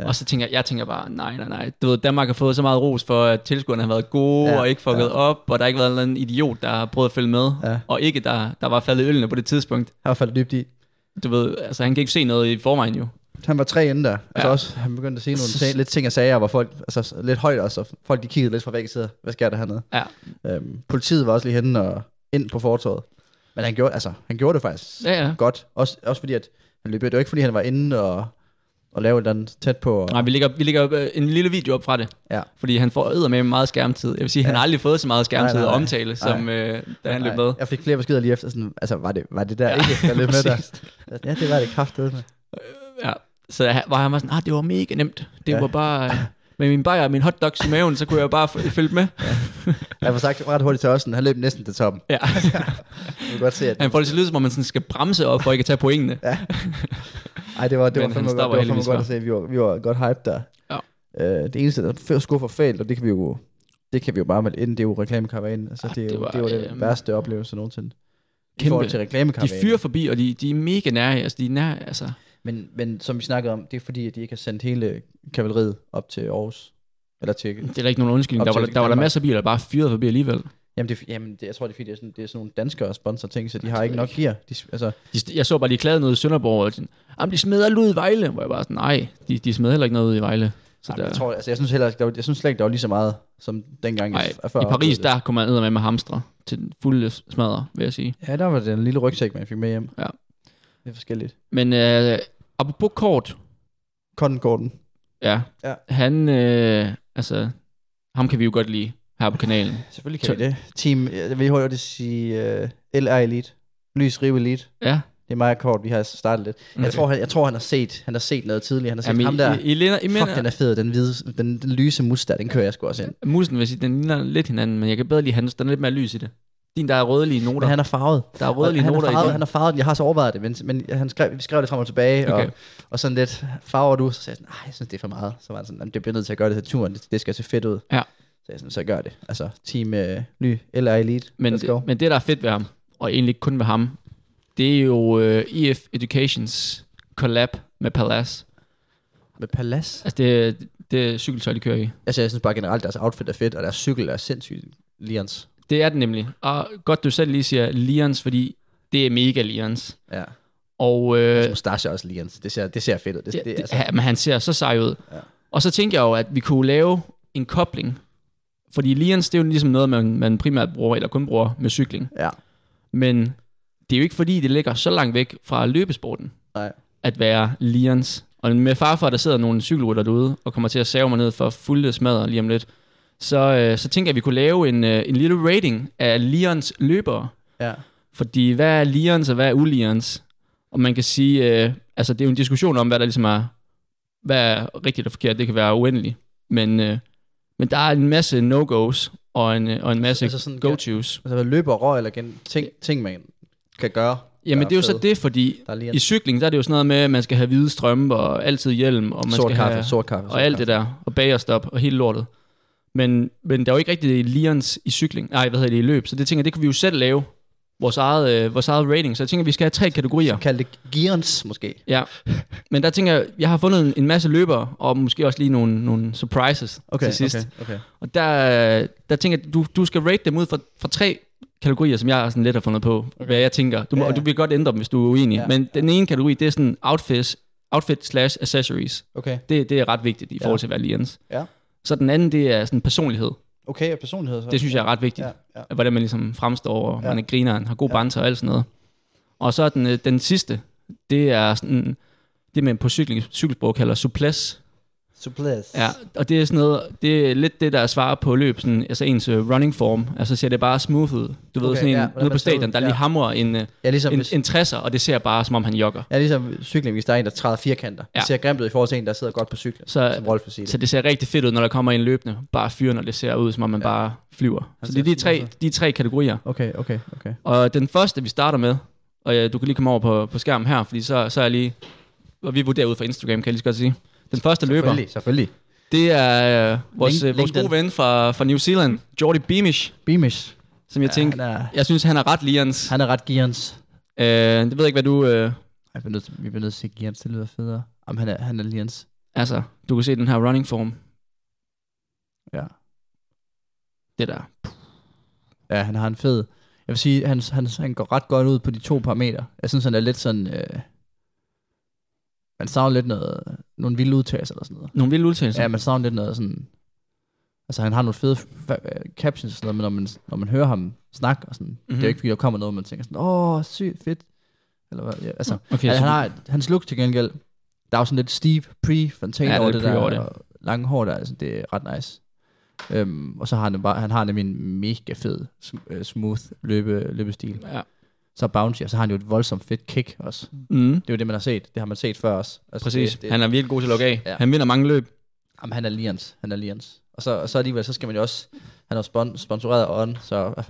Speaker 5: Ja. Og så tænker jeg, jeg tænker bare, nej, nej, nej. Du ved, Danmark har fået så meget ros for, at tilskuerne har været gode ja,
Speaker 4: Ja,
Speaker 5: og ikke fucket ja.
Speaker 4: ja.
Speaker 5: op, og der har ikke været en eller anden idiot, der har prøvet at følge med, ja.
Speaker 4: Ja.
Speaker 5: og ikke der, der var faldet i ølene på det tidspunkt.
Speaker 4: Han var faldet dybt i.
Speaker 5: Du ved, altså han kan ikke se noget i forvejen jo.
Speaker 4: Han var tre inde der. Altså
Speaker 5: Ja.
Speaker 4: ja. også, han begyndte at sige nogle
Speaker 5: Så-
Speaker 4: ting, lidt ting og sager, hvor folk, altså s- lidt højt også, og folk de kiggede lidt fra begge sider. Hvad sker der hernede?
Speaker 5: Ja.
Speaker 4: Øhm, politiet var også lige henne og ind på fortorvet. Men han gjorde, altså, han gjorde det faktisk.
Speaker 5: Ja, ja.
Speaker 4: godt. Også, også fordi, at han løb, det var ikke fordi, han var inde og, og lavede et eller andet tæt på. Og,
Speaker 5: Nej, vi lægger, vi lægger øh, en lille video op fra det,
Speaker 4: Ja.
Speaker 5: fordi han får med meget skærmtid. Jeg vil sige, ja. han har aldrig fået så meget skærmtid
Speaker 4: Nej, nej,
Speaker 5: og
Speaker 4: nej.
Speaker 5: omtale, som øh, da han løb
Speaker 4: Nej,
Speaker 5: med.
Speaker 4: Jeg fik flere beskeder lige efter, sådan, altså var det, var det der
Speaker 5: Ja,
Speaker 4: ja, ikke, der løb med
Speaker 5: præcis.
Speaker 4: der? Ja, det var det kraftede med.
Speaker 5: Ja. Så han- var han var sådan, ah, det var mega nemt. Det ja.
Speaker 4: Ja.
Speaker 5: var bare... øh, Med min bajer og min hotdogs i maven, så kunne jeg bare f- følge med.
Speaker 4: Jeg var sagt ret hurtigt til Osten, han løb næsten til toppen.
Speaker 5: Ja.
Speaker 4: Du kan godt se, at
Speaker 5: Han får det til at lyde, som om man sådan skal bremse op, for ikke at tage pointene.
Speaker 4: ej, det var, det var
Speaker 5: Men han
Speaker 4: fandme godt, det var
Speaker 5: stopper
Speaker 4: fandme
Speaker 5: heldigvis
Speaker 4: godt at se, vi var, vi var godt hype der.
Speaker 5: Ja.
Speaker 4: Øh, det eneste, der før skuffer fælt, og det kan vi jo det kan vi jo bare melde ind, det er jo reklamekaravanen. Altså,
Speaker 5: Ah,
Speaker 4: det, er jo,
Speaker 5: det
Speaker 4: det var,
Speaker 5: var,
Speaker 4: det, var det
Speaker 5: øhm,
Speaker 4: værste oplevelse nogensinde. I
Speaker 5: kæmpe.
Speaker 4: forhold til
Speaker 5: De
Speaker 4: reklamekaravanen.
Speaker 5: fyrer forbi, og de, de er mega nære. Altså, de er nære, altså.
Speaker 4: Men, men som vi snakkede om, det er fordi, at de ikke har sendt hele kavaleriet op til Aarhus. Eller til...
Speaker 5: Det er der ikke nogen undskyldning. Der var, der var der masser af biler, der bare fyrede forbi alligevel.
Speaker 4: Jamen, det, jamen det, jeg tror, det er fordi, det er sådan, det er sådan nogle danskere sponsor ting, så de har ikke nok gear. De, altså,
Speaker 5: De, st- jeg så bare, de klagede noget i Sønderborg, og sådan, jamen, de smed alt ud i Vejle. Hvor jeg bare sådan, nej, de, de smed heller ikke noget ud i Vejle. Så
Speaker 4: jamen, jeg, tror, altså, jeg, synes heller, ikke, der var, jeg synes slet ikke, der var lige så meget, som dengang
Speaker 5: Nej,
Speaker 4: jeg, jeg før
Speaker 5: i Paris,
Speaker 4: oplevede det.
Speaker 5: der kunne man med med hamstre til den fulde smadre, vil jeg sige.
Speaker 4: Ja, der var den lille rygsæk, man fik med hjem.
Speaker 5: Ja.
Speaker 4: Det er forskelligt.
Speaker 5: Men øh, apropos kort,
Speaker 4: Cotton Gordon.
Speaker 5: Ja.
Speaker 4: Ja.
Speaker 5: Han, øh, altså, ham kan vi jo godt lide her på kanalen.
Speaker 4: Selvfølgelig kan vi det. Team, øh, jeg vil hurtigt sige uh, LR Elite. Lys Rive Elite.
Speaker 5: Ja.
Speaker 4: Det er meget kort, vi har startet lidt. Okay.
Speaker 5: Okay.
Speaker 4: Jeg, tror, han, jeg tror, han har set, han har set noget tidligere. Han har set
Speaker 5: Mm. Jamen,
Speaker 4: ham der.
Speaker 5: I, I, ligner, I
Speaker 4: Fuck, den
Speaker 5: mener,
Speaker 4: er fed. Den, hvide, den, den lyse muster, den kører jeg sgu også ind.
Speaker 5: musen vil sige, den ligner lidt hinanden, men jeg kan bedre lide hans. Den er lidt mere lys i det. Din, der er rødlige noter.
Speaker 4: Men han er farvet.
Speaker 5: der er rødlige
Speaker 4: han, er
Speaker 5: noter
Speaker 4: farvet,
Speaker 5: i
Speaker 4: han
Speaker 5: den.
Speaker 4: er farvet, den. jeg har så overvejet det, men, men han skrev, vi skrev det frem og tilbage, okay.
Speaker 5: Okay.
Speaker 4: og, og sådan lidt, farver du? Så sagde jeg sådan, nej, jeg synes, det er for meget. Så var han sådan, "Jamen, det bliver nødt til at gøre det til turen, det, det skal se fedt ud.
Speaker 5: Ja.
Speaker 4: Så jeg sådan, så gør det. Altså, team øh, ny eller elite,
Speaker 5: Men,
Speaker 4: let's go.
Speaker 5: det, men det, der er fedt ved ham, og egentlig ikke kun ved ham, det er jo øh, EF Educations collab med Palace.
Speaker 4: Med Palas.
Speaker 5: Altså, det, det er cykeltøj, de kører i.
Speaker 4: Altså, jeg synes bare generelt, deres outfit er fedt, og deres cykel er sindssygt lians.
Speaker 5: Det er det nemlig. Og godt, du selv lige siger Lions, fordi det er mega Lions.
Speaker 4: Ja.
Speaker 5: Og øh,
Speaker 4: Øh, Mustache er også lians. Det ser, det ser fedt ud. Det,
Speaker 5: det, det,
Speaker 4: altså,
Speaker 5: altså. men han ser så sej ud.
Speaker 4: Ja.
Speaker 5: Ja. Og så tænkte jeg jo, at vi kunne lave en kobling. Fordi Lions, det er jo ligesom noget, man, man primært bruger, eller kun bruger med cykling.
Speaker 4: Ja.
Speaker 5: Men det er jo ikke fordi, det ligger så langt væk fra løbesporten,
Speaker 4: Nej.
Speaker 5: at være Lions. Og med far for, at der sidder nogle cykelrytter derude, og kommer til at save mig ned for fulde smadre lige om lidt, så, øh, så tænker jeg, at vi kunne lave en, øh, en lille rating af Lions løbere.
Speaker 4: Ja.
Speaker 5: Fordi hvad er Lions og hvad er ulions? Og man kan sige, øh, altså det er jo en diskussion om, hvad der ligesom er, hvad er rigtigt og forkert. Det kan være uendeligt. Men, øh, men der er en masse no-goes og en, øh, og en
Speaker 4: Altså
Speaker 5: masse altså
Speaker 4: sådan-
Speaker 5: sådan, go-tos.
Speaker 4: altså løber og røg, eller gen, ting, ting, man kan gøre.
Speaker 5: Jamen
Speaker 4: der
Speaker 5: det er jo
Speaker 4: fede.
Speaker 5: så det, fordi
Speaker 4: Der er lige
Speaker 5: i
Speaker 4: en
Speaker 5: cykling, der er det jo sådan noget med, at man skal have hvide strømper og altid hjelm. Og man
Speaker 4: sort
Speaker 5: skal
Speaker 4: kaffe,
Speaker 5: have,
Speaker 4: sort kaffe.
Speaker 5: og alt det der, og bagerstop, og hele lortet. Men, men der er jo ikke rigtig lions i cykling, nej, hvad hedder det, i løb, så det tænker jeg, det kunne vi jo selv lave, vores eget, øh, vores eget rating, så jeg tænker, vi skal have tre kategorier.
Speaker 4: Kald det gearens, måske.
Speaker 5: Ja, men der tænker jeg, jeg har fundet en, en masse løbere, og måske også lige nogle, nogle surprises
Speaker 4: Okay,
Speaker 5: til sidst.
Speaker 4: okay, okay.
Speaker 5: Og der, øh, der tænker jeg, du, du skal rate dem ud fra, fra tre kategorier, som jeg sådan lidt har fundet på, okay. hvad jeg tænker. Du, må,
Speaker 4: Ja,
Speaker 5: ja,
Speaker 4: ja.
Speaker 5: ja. du vil godt ændre dem, hvis du er uenig.
Speaker 4: Ja,
Speaker 5: Ja, men den ene kategori, det er sådan outfits, outfit slash accessories.
Speaker 4: Okay,
Speaker 5: Det, det er ret vigtigt i forhold til at være Lions.
Speaker 4: Ja.
Speaker 5: Så den anden, det er sådan personlighed.
Speaker 4: okay og personlighed så.
Speaker 5: Det synes jeg er ret vigtigt.
Speaker 4: Ja, ja.
Speaker 5: Ja. Hvordan man ligesom fremstår, og
Speaker 4: Ja.
Speaker 5: ja. man er grineren, har god
Speaker 4: Ja.
Speaker 5: ja. banter og alt sådan noget. Og så er den, øh, den sidste, det er sådan, det man på cykling, cykelsprog kalder suples.
Speaker 4: Supplies.
Speaker 5: Ja, og det er sådan noget, det er lidt det, der er svar på løb, sådan, altså ens øh, running form. Altså ser det bare smooth ud. Du ved,
Speaker 4: Okay,
Speaker 5: sådan en
Speaker 4: ja,
Speaker 5: ja,
Speaker 4: hvordan
Speaker 5: nede
Speaker 4: man
Speaker 5: på
Speaker 4: ser ud.
Speaker 5: stadion, der
Speaker 4: Ja.
Speaker 5: lige hamrer en, øh,
Speaker 4: Ja, ligesom,
Speaker 5: en,
Speaker 4: hvis,
Speaker 5: en 60'er, og det ser bare, som om han jogger.
Speaker 4: ja, ligesom cykling, hvis der er en, der træder firkanter. Ja.
Speaker 5: Ja.
Speaker 4: Det ser grimt ud i forhold til en, der sidder godt på cyklen,
Speaker 5: Så-
Speaker 4: som Rolf vil sige det.
Speaker 5: Så det ser rigtig fedt ud, når der kommer en løbende. Bare fyren, og det ser ud, som om man
Speaker 4: Ja. altså.
Speaker 5: ja. bare flyver.
Speaker 4: Han
Speaker 5: Så
Speaker 4: ser
Speaker 5: det er de
Speaker 4: fin
Speaker 5: tre,
Speaker 4: ud.
Speaker 5: de tre kategorier.
Speaker 4: Okay, okay, okay.
Speaker 5: Og den første, vi starter med, og ja, du kan lige komme over på, på skærmen her, fordi så, så er jeg lige... Og vi vurderer ud fra Instagram, kan jeg lige så godt sige. Den første løber,
Speaker 4: Selvfølgelig, selvfølgelig.
Speaker 5: det er øh, vores,
Speaker 4: Link-
Speaker 5: øh, vores
Speaker 4: LinkedIn.
Speaker 5: gode ven fra, fra New Zealand, Jordi Beamish,
Speaker 4: Beamish.
Speaker 5: som jeg ja, tænkte...
Speaker 4: Han er,
Speaker 5: Jeg synes, han er ret lians.
Speaker 4: han er ret gearens.
Speaker 5: Øh, det ved jeg ikke, hvad du... Øh,
Speaker 4: Jeg bliver nødt til, vi bliver nødt til at sige gearens, det lyder federe. Jamen, han er, han er lians.
Speaker 5: altså, du kan se den her running form.
Speaker 4: Ja.
Speaker 5: Det der.
Speaker 4: Ja, han har en fed... Jeg vil sige, han, han, han går ret godt ud på de to parametre. Jeg synes, han er lidt sådan... Øh, man savner lidt noget, nogle vilde udtalelser eller sådan noget.
Speaker 5: Nogle vilde udtalelser.
Speaker 4: Ja, man savner lidt noget sådan... Altså, han har nogle fede fa- øh, captions og sådan noget, men når man, når man hører ham snakke, og sådan, mm-hmm. det er jo
Speaker 5: Mhm.
Speaker 4: ikke, fordi der kommer noget, man tænker sådan, åh, sygt fedt. Eller hvad, ja, altså,
Speaker 5: okay,
Speaker 4: ja,
Speaker 5: så
Speaker 4: han
Speaker 5: du-
Speaker 4: har, et- hans look til gengæld, der er jo sådan lidt Steve pre-fontaine
Speaker 5: Ja,
Speaker 4: ja,
Speaker 5: der er
Speaker 4: over det
Speaker 5: lidt
Speaker 4: der,
Speaker 5: pre over det.
Speaker 4: og lange hår der, altså, det er ret nice. Øhm, og så har han, bare, han har nemlig en mega fed, sm- øh, smooth løbe, løbestil.
Speaker 5: Ja.
Speaker 4: Så bouncy, og så har han jo et voldsomt fedt kick også.
Speaker 5: Mm,
Speaker 4: Det er jo det, man har set. Det har man set før også. Altså,
Speaker 5: præcis.
Speaker 4: Det, det,
Speaker 5: Han er virkelig god til at lukke af.
Speaker 4: Ja.
Speaker 5: Ja. Han vinder mange løb.
Speaker 4: Jamen, han er Lians. Han er Lians. Og så, og så alligevel, så skal man jo også... Han er jo spon- sponsoreret af Ånden, så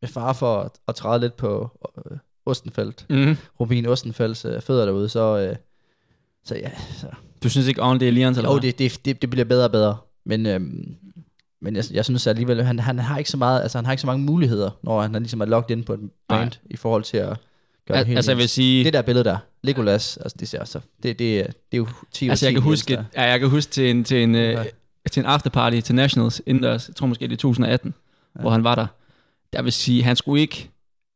Speaker 4: med fare for at, at træde lidt på øh, Ostenfeldt,
Speaker 5: Mm.
Speaker 4: Rubin Ostenfeldts øh, fødder derude, så... Øh, så ja, så...
Speaker 5: Du synes ikke, Arne, det er lians, eller
Speaker 4: Jo,
Speaker 5: hvad?
Speaker 4: det, det, det, det bliver bedre og bedre. Men, øhm, men jeg, jeg synes alligevel, han, han, har ikke så meget, altså, han har ikke så mange muligheder, når han er ligesom er logget ind på et brand, Nej. i forhold til at gøre det
Speaker 5: Al-
Speaker 4: helt
Speaker 5: altså, jeg vil
Speaker 4: ens.
Speaker 5: sige...
Speaker 4: Det der billede der, Legolas, altså, det ser så... Det, det, er- det er jo 10 ud af
Speaker 5: Altså, jeg
Speaker 4: 10
Speaker 5: kan huske,
Speaker 4: Lians, der.
Speaker 5: ja, jeg kan huske til en, til en, øh,
Speaker 4: Okay.
Speaker 5: til en afterparty til Nationals indendørs, jeg tror måske det er 2018, ja. hvor han var der. Der vil sige, han skulle ikke,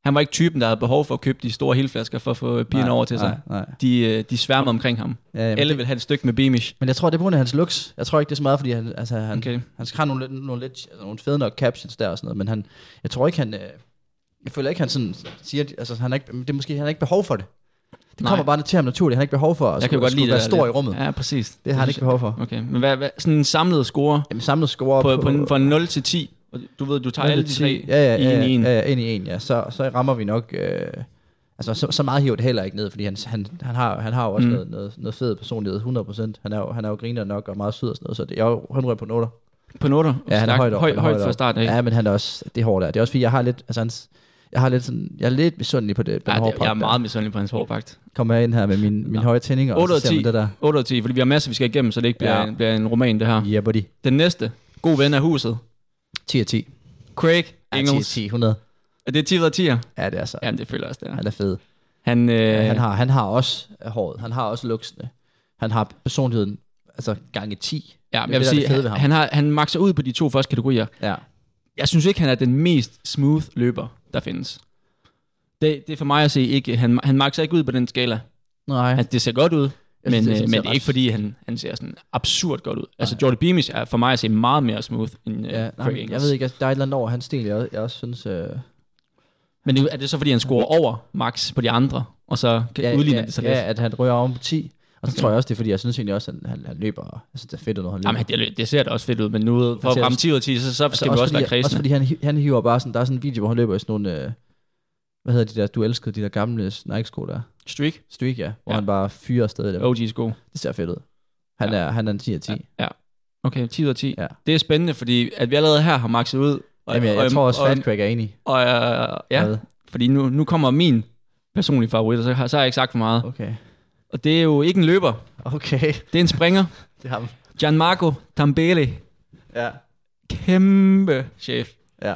Speaker 5: han var ikke typen, der havde behov for at købe de store helflasker for at få pigerne
Speaker 4: Nej,
Speaker 5: over til sig.
Speaker 4: Nej, nej.
Speaker 5: De, øh, de sværmede omkring ham.
Speaker 4: Ja, jamen,
Speaker 5: Alle vil have et stykke med Beamish.
Speaker 4: Men jeg tror, det er på grund af hans looks. Jeg tror ikke, det er så meget, fordi han, altså, han, okay.
Speaker 5: Okay.
Speaker 4: han har nogle, lidt- nogle, lidt, altså, nogle fede nok captions der og sådan noget, men han, jeg tror ikke, han... Øh, jeg føler ikke, han sådan siger... Altså, han er ikke, det er måske, han har ikke behov for det. Det kommer
Speaker 5: Nej.
Speaker 4: bare til ham naturligt. Han har ikke behov for at
Speaker 5: Jeg kan jo
Speaker 4: skulle,
Speaker 5: godt lide
Speaker 4: skulle
Speaker 5: det
Speaker 4: være
Speaker 5: der
Speaker 4: stor
Speaker 5: lidt.
Speaker 4: i rummet. Ja.
Speaker 5: Ja, præcis.
Speaker 4: Det har han ikke behov for.
Speaker 5: Okay, men hvad, hvad, sådan en samlet score
Speaker 4: Jamen samlet score
Speaker 5: på, på, på, fra 0 til 10, og du ved, du tager alle de
Speaker 4: 10.
Speaker 5: tre
Speaker 4: ja, ja, ja,
Speaker 5: i en
Speaker 4: ja, ja, ind i en, ja. Så, så rammer vi nok... Øh, altså, så, så meget hiver det heller ikke ned, fordi han, han, han, har, han har jo også mm.
Speaker 5: Mm.
Speaker 4: noget, noget, noget fed personlighed, 100%. Han er, jo, han er jo griner nok og meget sød og sådan noget, så det, jeg er jo 100 på noter.
Speaker 5: på noter.
Speaker 4: Ja, han er
Speaker 5: Stærkt.
Speaker 4: højt op.
Speaker 5: høj,
Speaker 4: han er
Speaker 5: højt
Speaker 4: op.
Speaker 5: fra start af.
Speaker 4: Ja, men han er også det er hårdt der. Det er også fordi, jeg har lidt... Altså, hans, jeg har lidt sådan, jeg er lidt misundelig på det. Ben
Speaker 5: Ja, det,
Speaker 4: Hårpark
Speaker 5: jeg er
Speaker 4: der.
Speaker 5: meget misundelig på hans hårpagt.
Speaker 4: Kommer jeg ind her med min, min
Speaker 5: Nå.
Speaker 4: høje tændinger, og
Speaker 5: 8
Speaker 4: så
Speaker 5: og
Speaker 4: ser
Speaker 5: 10,
Speaker 4: man det der.
Speaker 5: 8 og 10, fordi vi har masser, vi skal igennem, så det ikke bliver,
Speaker 4: Ja.
Speaker 5: bliver en roman, det her.
Speaker 4: Ja, yeah, buddy.
Speaker 5: Den næste, god ven af huset,
Speaker 4: 10 af 10.
Speaker 5: Craig
Speaker 4: Ja, 10 af
Speaker 5: Engels.
Speaker 4: 10, 100.
Speaker 5: Er det 10 ud af 10'er?
Speaker 4: Ja, det er så. Ja.
Speaker 5: Ja, det føler jeg også, det er.
Speaker 4: Han er fed.
Speaker 5: Han, øh,
Speaker 4: Han, har, han har også øh, håret. Han har også luksene. Han har personligheden altså gange 10.
Speaker 5: ja,
Speaker 4: det
Speaker 5: men
Speaker 4: er
Speaker 5: jeg vil
Speaker 4: det, der er det
Speaker 5: sige,
Speaker 4: fede ved ham.
Speaker 5: han, han, har, han makser ud på de to første kategorier.
Speaker 4: Ja.
Speaker 5: Jeg synes ikke, han er den mest smooth løber, der findes. Det, det er for mig at se ikke. Han, han makser ikke ud på den skala.
Speaker 4: Nej.
Speaker 5: Han, det ser godt ud,
Speaker 4: Jeg
Speaker 5: men,
Speaker 4: synes,
Speaker 5: synes,
Speaker 4: det
Speaker 5: det,
Speaker 4: ser
Speaker 5: øh, men
Speaker 4: ret-
Speaker 5: ikke fordi han, han ser sådan absurd godt ud. Altså, Jordi Beamish er for mig at se meget mere smooth end øh,
Speaker 4: ja,
Speaker 5: ja,
Speaker 4: nej, men jeg ved ikke, altså, der er et eller andet over hans stil, jeg, jeg også synes... Øh,
Speaker 5: Men det- er det så, fordi han scorer over max på de andre, og så kan ja, udligne
Speaker 4: ja,
Speaker 5: det så lidt?
Speaker 4: ja, at han ryger oven på 10. Og så
Speaker 5: Okay.
Speaker 4: tror jeg også, det er fordi, jeg synes egentlig også, at han, han løber... Altså, det er fedt, når han løber.
Speaker 5: Jamen, det, det ser da også fedt ud, men nu øh, for at
Speaker 4: ser
Speaker 5: ramme
Speaker 4: også-
Speaker 5: 10 ud af 10, så, så skal vi også
Speaker 4: fordi,
Speaker 5: være kredsende.
Speaker 4: Også fordi han, hi- han hiver bare sådan... Der er sådan en video, hvor han løber i sådan nogle... Øh, hvad hedder de der, du elskede de der gamle Nike-sko der?
Speaker 5: Streak,
Speaker 4: Streak, ja. Hvor
Speaker 5: Ja.
Speaker 4: ja. han bare fyrer afsted. Der.
Speaker 5: OG's god.
Speaker 4: Det ser fedt ud. Han, ja. er, han er en 10 af 10. Ja.
Speaker 5: Ja. Okay, 10 ud af 10.
Speaker 4: Ja.
Speaker 5: Det er spændende, fordi at vi allerede her har maxet ud. Og,
Speaker 4: Jamen, jeg, jeg
Speaker 5: og-
Speaker 4: tror også,
Speaker 5: og,
Speaker 4: Fat Craig er enig.
Speaker 5: og, øh, ja,
Speaker 4: Hvad?
Speaker 5: fordi nu, nu kommer min personlige favorit, og så har, så har jeg ikke sagt for meget.
Speaker 4: Okay.
Speaker 5: Og det er jo ikke en løber,
Speaker 4: Okay.
Speaker 5: det er en springer.
Speaker 4: Det er ham.
Speaker 5: Gianmarco Tambele,
Speaker 4: Ja.
Speaker 5: kæmpe chef.
Speaker 4: Ja.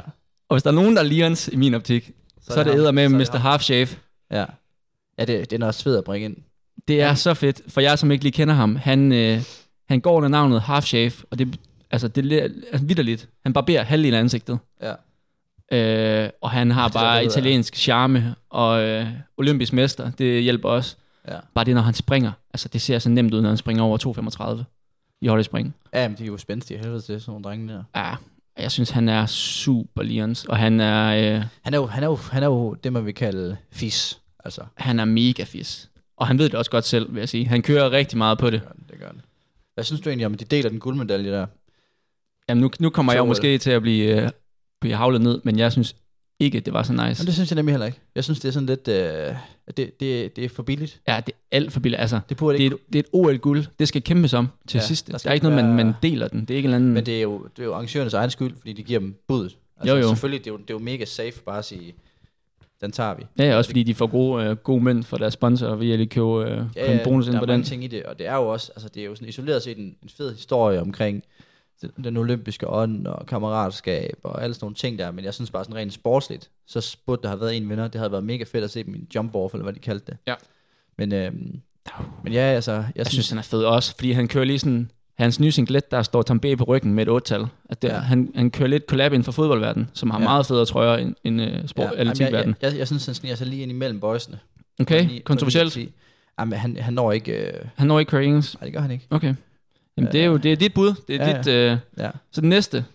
Speaker 5: Og hvis der er nogen, der er Lions i min optik, så, så er det æder med
Speaker 4: ham.
Speaker 5: Mr. Half Chef.
Speaker 4: Ja. Ja, det, den er også fed at bringe ind.
Speaker 5: Det er så fedt, for jeg som ikke lige kender ham, han, øh, han går under navnet Half Shave, og det, altså, det er lidt- altså, vidderligt. Han barberer halvdelen af ansigtet.
Speaker 4: Ja.
Speaker 5: Øh, og han har
Speaker 4: Det ser
Speaker 5: bare
Speaker 4: fedt ud, ja.
Speaker 5: italiensk charme og øh, olympisk mester. Det hjælper også.
Speaker 4: Ja.
Speaker 5: Bare det, når han springer. Altså, det ser så nemt ud, når han springer over 2,35 i holdespring.
Speaker 4: Ja, men de er jo spændstige helvede til sådan nogle drenge der.
Speaker 5: Ja, og jeg synes, han er super lions, og han er, øh,
Speaker 4: Han er jo, han er jo, han er jo det, man vil kalde fis. Altså,
Speaker 5: han er mega fis. Og han ved det også godt selv, vil jeg sige. Han kører rigtig meget på det.
Speaker 4: det gør den, det gør den. Hvad synes du egentlig om, at de deler den guldmedalje der?
Speaker 5: Jamen, nu, nu kommer jeg jo
Speaker 4: 2-0.
Speaker 5: måske til at blive, øh, blive havlet ned, men jeg synes ikke, det var så nice.
Speaker 4: Men det synes jeg nemlig heller ikke. Jeg synes, det er sådan lidt... Øh, at det, det, det er for billigt.
Speaker 5: Ja, det er alt for billigt. Altså,
Speaker 4: Det burde
Speaker 5: det er
Speaker 4: ikke...
Speaker 5: et, det er et OL-guld. Det skal kæmpes om til
Speaker 4: Ja,
Speaker 5: ja, sidst.
Speaker 4: der
Speaker 5: Der,
Speaker 4: skal
Speaker 5: er ikke noget, man,
Speaker 4: være-
Speaker 5: man deler den. Det er ikke en eller anden...
Speaker 4: Men det er, jo, det er jo arrangørernes egen skyld, fordi de giver dem budet. Altså,
Speaker 5: Jo, jo.
Speaker 4: Selvfølgelig, det er jo, det er jo mega safe bare at sige, den tager vi.
Speaker 5: Ja, ja, også fordi de får gode, øh, gode mænd fra deres sponsorer ved at lige købe, øh, ja,
Speaker 4: Ja,
Speaker 5: en bonus
Speaker 4: der
Speaker 5: ind
Speaker 4: er
Speaker 5: på
Speaker 4: mange
Speaker 5: den.
Speaker 4: ting i det, og det er jo også, altså det er jo sådan isoleret set en, en fed historie omkring den- den olympiske ånd og kammeratskab og alle sådan nogle ting der, men jeg synes bare sådan rent sportsligt, så burde der have været en vinder, det havde været mega fedt at se min jump off, eller hvad de kaldte det.
Speaker 5: Ja.
Speaker 4: Men, øhm, men ja, altså, jeg,
Speaker 5: Jeg synes, han er fed også, fordi han kører lige sådan... Hans nye singlet, der står Tom B. på ryggen med et 8-tal. At det,
Speaker 4: Ja.
Speaker 5: ja. han, han kører lidt collab inden for fodboldverdenen, som har
Speaker 4: Ja.
Speaker 5: ja. meget federe trøjer end, end uh, sport, ja,
Speaker 4: ja, jamen, jeg, jeg,
Speaker 5: atletikverdenen.
Speaker 4: jeg, jeg, synes, han sniger sig lige ind imellem boysene. På ni-
Speaker 5: Okay,
Speaker 4: på
Speaker 5: kontroversielt.
Speaker 4: 9 og 10. Jamen, han, han når ikke, øh,
Speaker 5: Han når ikke Craig Ingels.
Speaker 4: nej, det gør han ikke.
Speaker 5: Okay. Jamen, det er jo det er dit bud. Det er
Speaker 4: Ja,
Speaker 5: ja, dit, øh,
Speaker 4: Ja.
Speaker 5: Så den næste,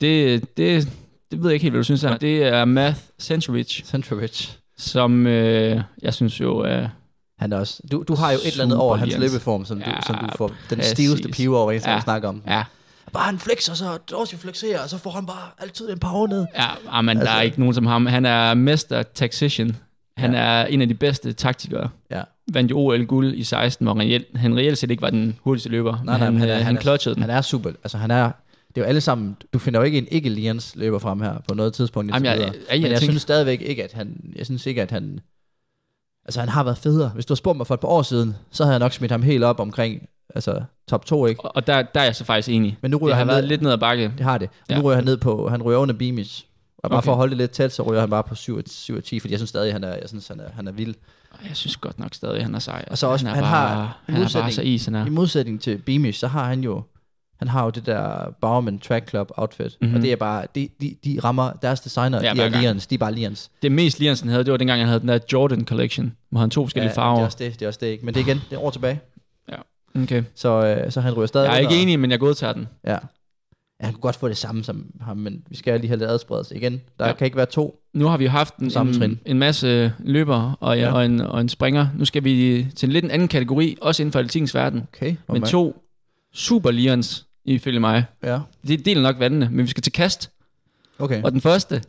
Speaker 5: det, det, det ved jeg ikke helt, hvad du synes er. Det er Math Centurich,
Speaker 4: Centrovich.
Speaker 5: som øh, jeg synes jo er...
Speaker 4: Han er også, du, du har jo et eller andet
Speaker 5: Super
Speaker 4: over hans
Speaker 5: Jens.
Speaker 4: løbeform, som du,
Speaker 5: Ja,
Speaker 4: som du får den
Speaker 5: præcis.
Speaker 4: stiveste pive over, som ja.
Speaker 5: Ja.
Speaker 4: vi snakker om.
Speaker 5: Ja,
Speaker 4: Bare han flexer, så Dorsey flexerer, og så får han bare altid en par år ned.
Speaker 5: ja ah, men der
Speaker 4: Altså-
Speaker 5: er ikke nogen som ham. Han er mester tactician. Han
Speaker 4: Ja.
Speaker 5: ja. er en af de bedste taktikere.
Speaker 4: Ja.
Speaker 5: Vandt jo OL-guld i 16, hvor han reelt, han reelt set ikke var den hurtigste løber. men han, øh, han, clutchede den.
Speaker 4: Han er super, altså han er, det er jo alle sammen, du finder jo ikke en ikke lians løber frem her på noget tidspunkt. indtil
Speaker 5: Jamen, jeg-
Speaker 4: videre.
Speaker 5: ja, jeg
Speaker 4: Men jeg
Speaker 5: tænker-
Speaker 4: synes stadigvæk ikke, at han, jeg synes ikke, at han, altså han har været federe. Hvis du havde spurgt mig for et par år siden, så havde jeg nok smidt ham helt op omkring, altså top 2, ikke?
Speaker 5: Og og der, der er jeg så faktisk enig.
Speaker 4: Men nu ryger
Speaker 5: det har
Speaker 4: han
Speaker 5: været
Speaker 4: ned.
Speaker 5: lidt ned ad bakke.
Speaker 4: Det har det. Og ja.
Speaker 5: Ja.
Speaker 4: nu ryger han ned på, han ryger under Beamish. Og bare okay.
Speaker 5: Okay.
Speaker 4: for at holde det lidt tæt, så ryger han bare på 7 og 7 og 10, fordi jeg synes stadig, han er, jeg synes, han er, han er vild.
Speaker 5: Jeg synes godt nok stadig, at han er sej.
Speaker 4: Og så også,
Speaker 5: han,
Speaker 4: han
Speaker 5: er bare,
Speaker 4: har- i
Speaker 5: han er bare
Speaker 4: modsætning-
Speaker 5: så is, han er.
Speaker 4: I modsætning til Beamish, så har han jo han har jo det der Bauman Track Club outfit, mm-hmm. og det er bare, de, de, de rammer deres designer,
Speaker 5: Mhm. Ja,
Speaker 4: ja, de
Speaker 5: hver
Speaker 4: er
Speaker 5: gang.
Speaker 4: lians, de er bare lians.
Speaker 5: Det mest Liansen havde, det var dengang, han havde den der Jordan Collection, hvor han tog
Speaker 4: Ja,
Speaker 5: forskellige
Speaker 4: det er
Speaker 5: farver.
Speaker 4: også det, det er også det ikke, men det er igen, det er år tilbage,
Speaker 5: Okay.
Speaker 4: så, øh, så han ryger stadig
Speaker 5: Jeg er
Speaker 4: under.
Speaker 5: ikke enig, men jeg godtager den.
Speaker 4: Ja. Ja, han kunne godt få det samme som ham, men vi skal lige have lidt adspredelse igen. Der
Speaker 5: Ja.
Speaker 4: ja. kan ikke være to.
Speaker 5: Nu har vi jo haft en,
Speaker 4: Samme
Speaker 5: en,
Speaker 4: trin.
Speaker 5: en masse løbere og, ja,
Speaker 4: Ja.
Speaker 5: og, en, og en springer. Nu skal vi til en lidt en anden kategori, også inden for atletikkens verden.
Speaker 4: Okay.
Speaker 5: Men to super lions, ifølge mig.
Speaker 4: Ja.
Speaker 5: Det deler nok vandene, men vi skal til kast.
Speaker 4: Okay.
Speaker 5: Og den første,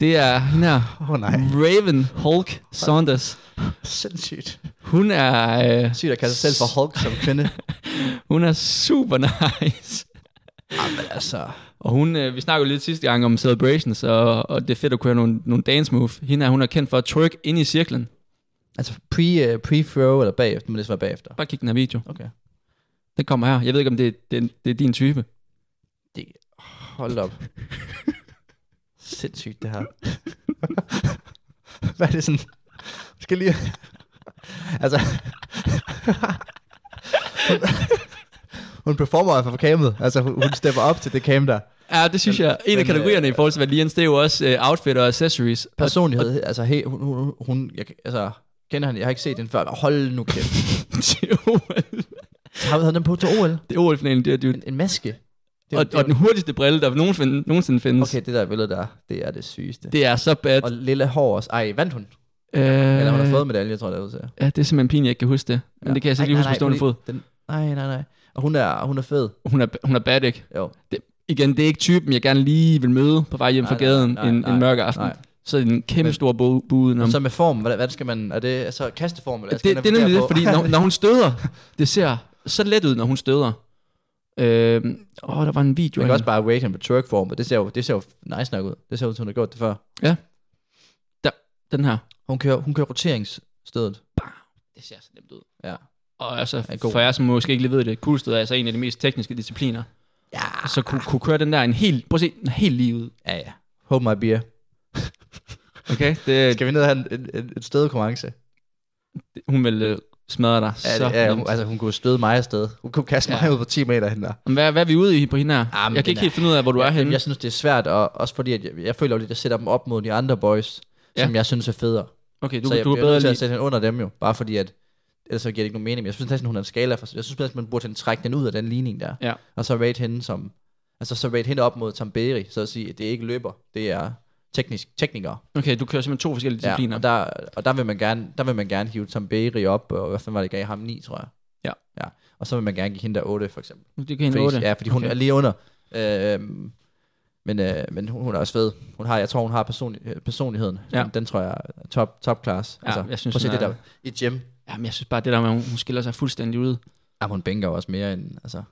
Speaker 5: det er hende her,
Speaker 4: Åh oh, nej.
Speaker 5: Raven Hulk Saunders.
Speaker 4: Sindssygt.
Speaker 5: Hun er, øh,
Speaker 4: Sygt at kalde sig selv for Hulk som kvinde.
Speaker 5: hun er super nice.
Speaker 4: altså,
Speaker 5: Og hun, øh, vi snakkede jo lidt sidste gang om celebrations, og, og det er fedt at kunne have nogle, nogle dance move. Hende her, hun er kendt for at twerk ind i cirklen.
Speaker 4: altså pre, uh, pre-throw eller bagefter, men det skal være bagefter.
Speaker 5: Bare kig den her video.
Speaker 4: Okay.
Speaker 5: Den kommer her. Jeg ved ikke, om det, det, det er din type.
Speaker 4: Hold op. Sindssygt det her. Hvad er det sådan? Skal lige... altså... hun performer for kamet. Altså, hun, hun stepper op til det cam der.
Speaker 5: Ja, det synes jeg. En af
Speaker 4: men,
Speaker 5: kategorierne
Speaker 4: øh,
Speaker 5: i forhold til Valians, det er jo også øh, outfit og accessories. Og
Speaker 4: Personlighed, altså, he, hun, hun, hun jeg, altså, kender han, jeg har ikke set den før. men Hold nu kæft.
Speaker 5: til OL.
Speaker 4: Har vi havde den på til OL?
Speaker 5: det er OL-finalen, det er jo
Speaker 4: En, en maske? Det, er-
Speaker 5: og,
Speaker 4: det, er-
Speaker 5: og den hurtigste brille, der nogensinde, nogensinde findes.
Speaker 4: Okay, det der billede der, det er det sygeste. Det,
Speaker 5: Det er så bad.
Speaker 4: og lille hår også. Ej, vandt hun?
Speaker 5: Øh,
Speaker 4: Eller hun har fået medalje, tror jeg, det er ud til.
Speaker 5: Ja, det er simpelthen pinligt, jeg ikke kan huske det. Men ja. det kan jeg så
Speaker 4: Ej,
Speaker 5: lige
Speaker 4: nej,
Speaker 5: huske på
Speaker 4: nej,
Speaker 5: stående fod.
Speaker 4: fordi Den, nej, nej, nej. Og hun er, hun er fed.
Speaker 5: Hun er, hun er bad, ikke?
Speaker 4: Jo.
Speaker 5: Igen, det er ikke typen, jeg gerne lige vil møde på vej hjem
Speaker 4: Nej,
Speaker 5: fra
Speaker 4: nej,
Speaker 5: gaden
Speaker 4: nej,
Speaker 5: en,
Speaker 4: nej,
Speaker 5: en mørk aften.
Speaker 4: nej.
Speaker 5: Så er det en kæmpe
Speaker 4: Men-
Speaker 5: stor bu- bude. Når,
Speaker 4: Så med form, hvad, hvad skal man... Er det altså kasteform? Eller
Speaker 5: det, det er nemlig det, fordi når, når hun støder, det ser så let ud, når hun støder. Øh, åh, der var en video.
Speaker 4: man kan
Speaker 5: af
Speaker 4: også bare wake ham på twerkform, og det ser jo, det ser jo nice nok ud. Det ser ud, som hun har gjort det før.
Speaker 5: hende. den her.
Speaker 4: Hun kører, hun kører roteringsstødet.
Speaker 5: Det ser så nemt ud.
Speaker 4: Ja.
Speaker 5: Og altså,
Speaker 4: Er god.
Speaker 5: for jer, som måske ikke lige ved det, kuglestød er altså en af de mest tekniske discipliner. Ja. Så kunne, kunne køre den der en helt, prøv at se, den er helt lige ud.
Speaker 4: Ja, ja. Hold my beer.
Speaker 5: Okay, det,
Speaker 4: Skal vi ned og have en, en, en, en stødekonkurrence?
Speaker 5: hun vil øh, smadre dig
Speaker 4: Ja,
Speaker 5: så
Speaker 4: det- ja, hun,
Speaker 5: nemt.
Speaker 4: altså hun kunne støde mig afsted. Hun kunne kaste mig ud på 10 meter henne der.
Speaker 5: Men Hvad, hvad er vi ude i på hende her?
Speaker 4: Jamen,
Speaker 5: jeg kan
Speaker 4: Ah, den
Speaker 5: ikke
Speaker 4: er-
Speaker 5: helt finde ud af, hvor du er henne.
Speaker 4: Jeg synes, det er svært, og også fordi, at jeg, jeg føler jo lidt, at jeg sætter dem op mod de andre boys,
Speaker 5: Ja.
Speaker 4: ja. som jeg synes er federe.
Speaker 5: Okay,
Speaker 4: så
Speaker 5: du,
Speaker 4: jeg
Speaker 5: du er
Speaker 4: bliver
Speaker 5: bedre
Speaker 4: nødt til at
Speaker 5: lige...
Speaker 4: sætte hende under dem jo, bare fordi at, ellers så giver det ikke nogen mening. Men Jeg synes næsten, hun er en skala for Jeg synes næsten, man burde sådan trække den ud af den ligning der.
Speaker 5: Ja.
Speaker 4: Og så rate hende som, altså så rate hende op mod Tamberi, så at sige, at det ikke løber, det er teknisk, teknikere.
Speaker 5: Okay, du kører simpelthen to forskellige discipliner.
Speaker 4: og, der, og der, vil man gerne, der vil man gerne hive Tamberi op, og hvad fanden var det, jeg gav ham 9, tror jeg.
Speaker 5: Ja.
Speaker 4: ja. Og så vil man gerne give hende der 8, for eksempel.
Speaker 5: det kan hende
Speaker 4: Fordi-
Speaker 5: otte.
Speaker 4: Ja, fordi hun
Speaker 5: okay.
Speaker 4: er lige under. Øhm, men øh, men hun, hun er også fed. Hun har, jeg tror, hun har personlig, øh, personligheden.
Speaker 5: Ja.
Speaker 4: Den, den, tror jeg er top, top class.
Speaker 5: Ja, jeg synes,
Speaker 4: altså. prøv at se
Speaker 5: hun
Speaker 4: det der. I
Speaker 5: er-
Speaker 4: gym,
Speaker 5: Jamen, jeg synes bare, det der med, at hun, hun skiller sig fuldstændig ud.
Speaker 4: Jamen, Ah, hun bænker jo også mere end, altså,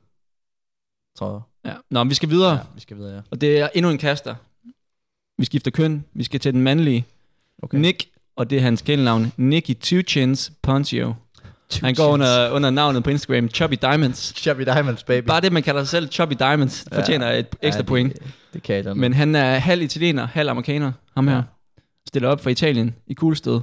Speaker 4: tror jeg.
Speaker 5: Ja. Nå, men vi skal videre, ja.
Speaker 4: Ja, vi skal videre, ja.
Speaker 5: og det er endnu en kaster. Vi skifter køn, vi skal til den mandlige. Okay. Nick, og det er hans kælenavn, Nicky Two Chins Poncio. Han går under, under navnet på Instagram, Chubby Diamonds.
Speaker 4: Chubby Diamonds, baby.
Speaker 5: Bare det, man kalder sig selv Chubby Diamonds, fortjener ja. et ekstra ja,
Speaker 4: det-
Speaker 5: point.
Speaker 4: Det kan jeg da.
Speaker 5: Men han er halv italiener, halv amerikaner, ham her.
Speaker 4: Ja.
Speaker 5: Stiller op for Italien i Kuglested.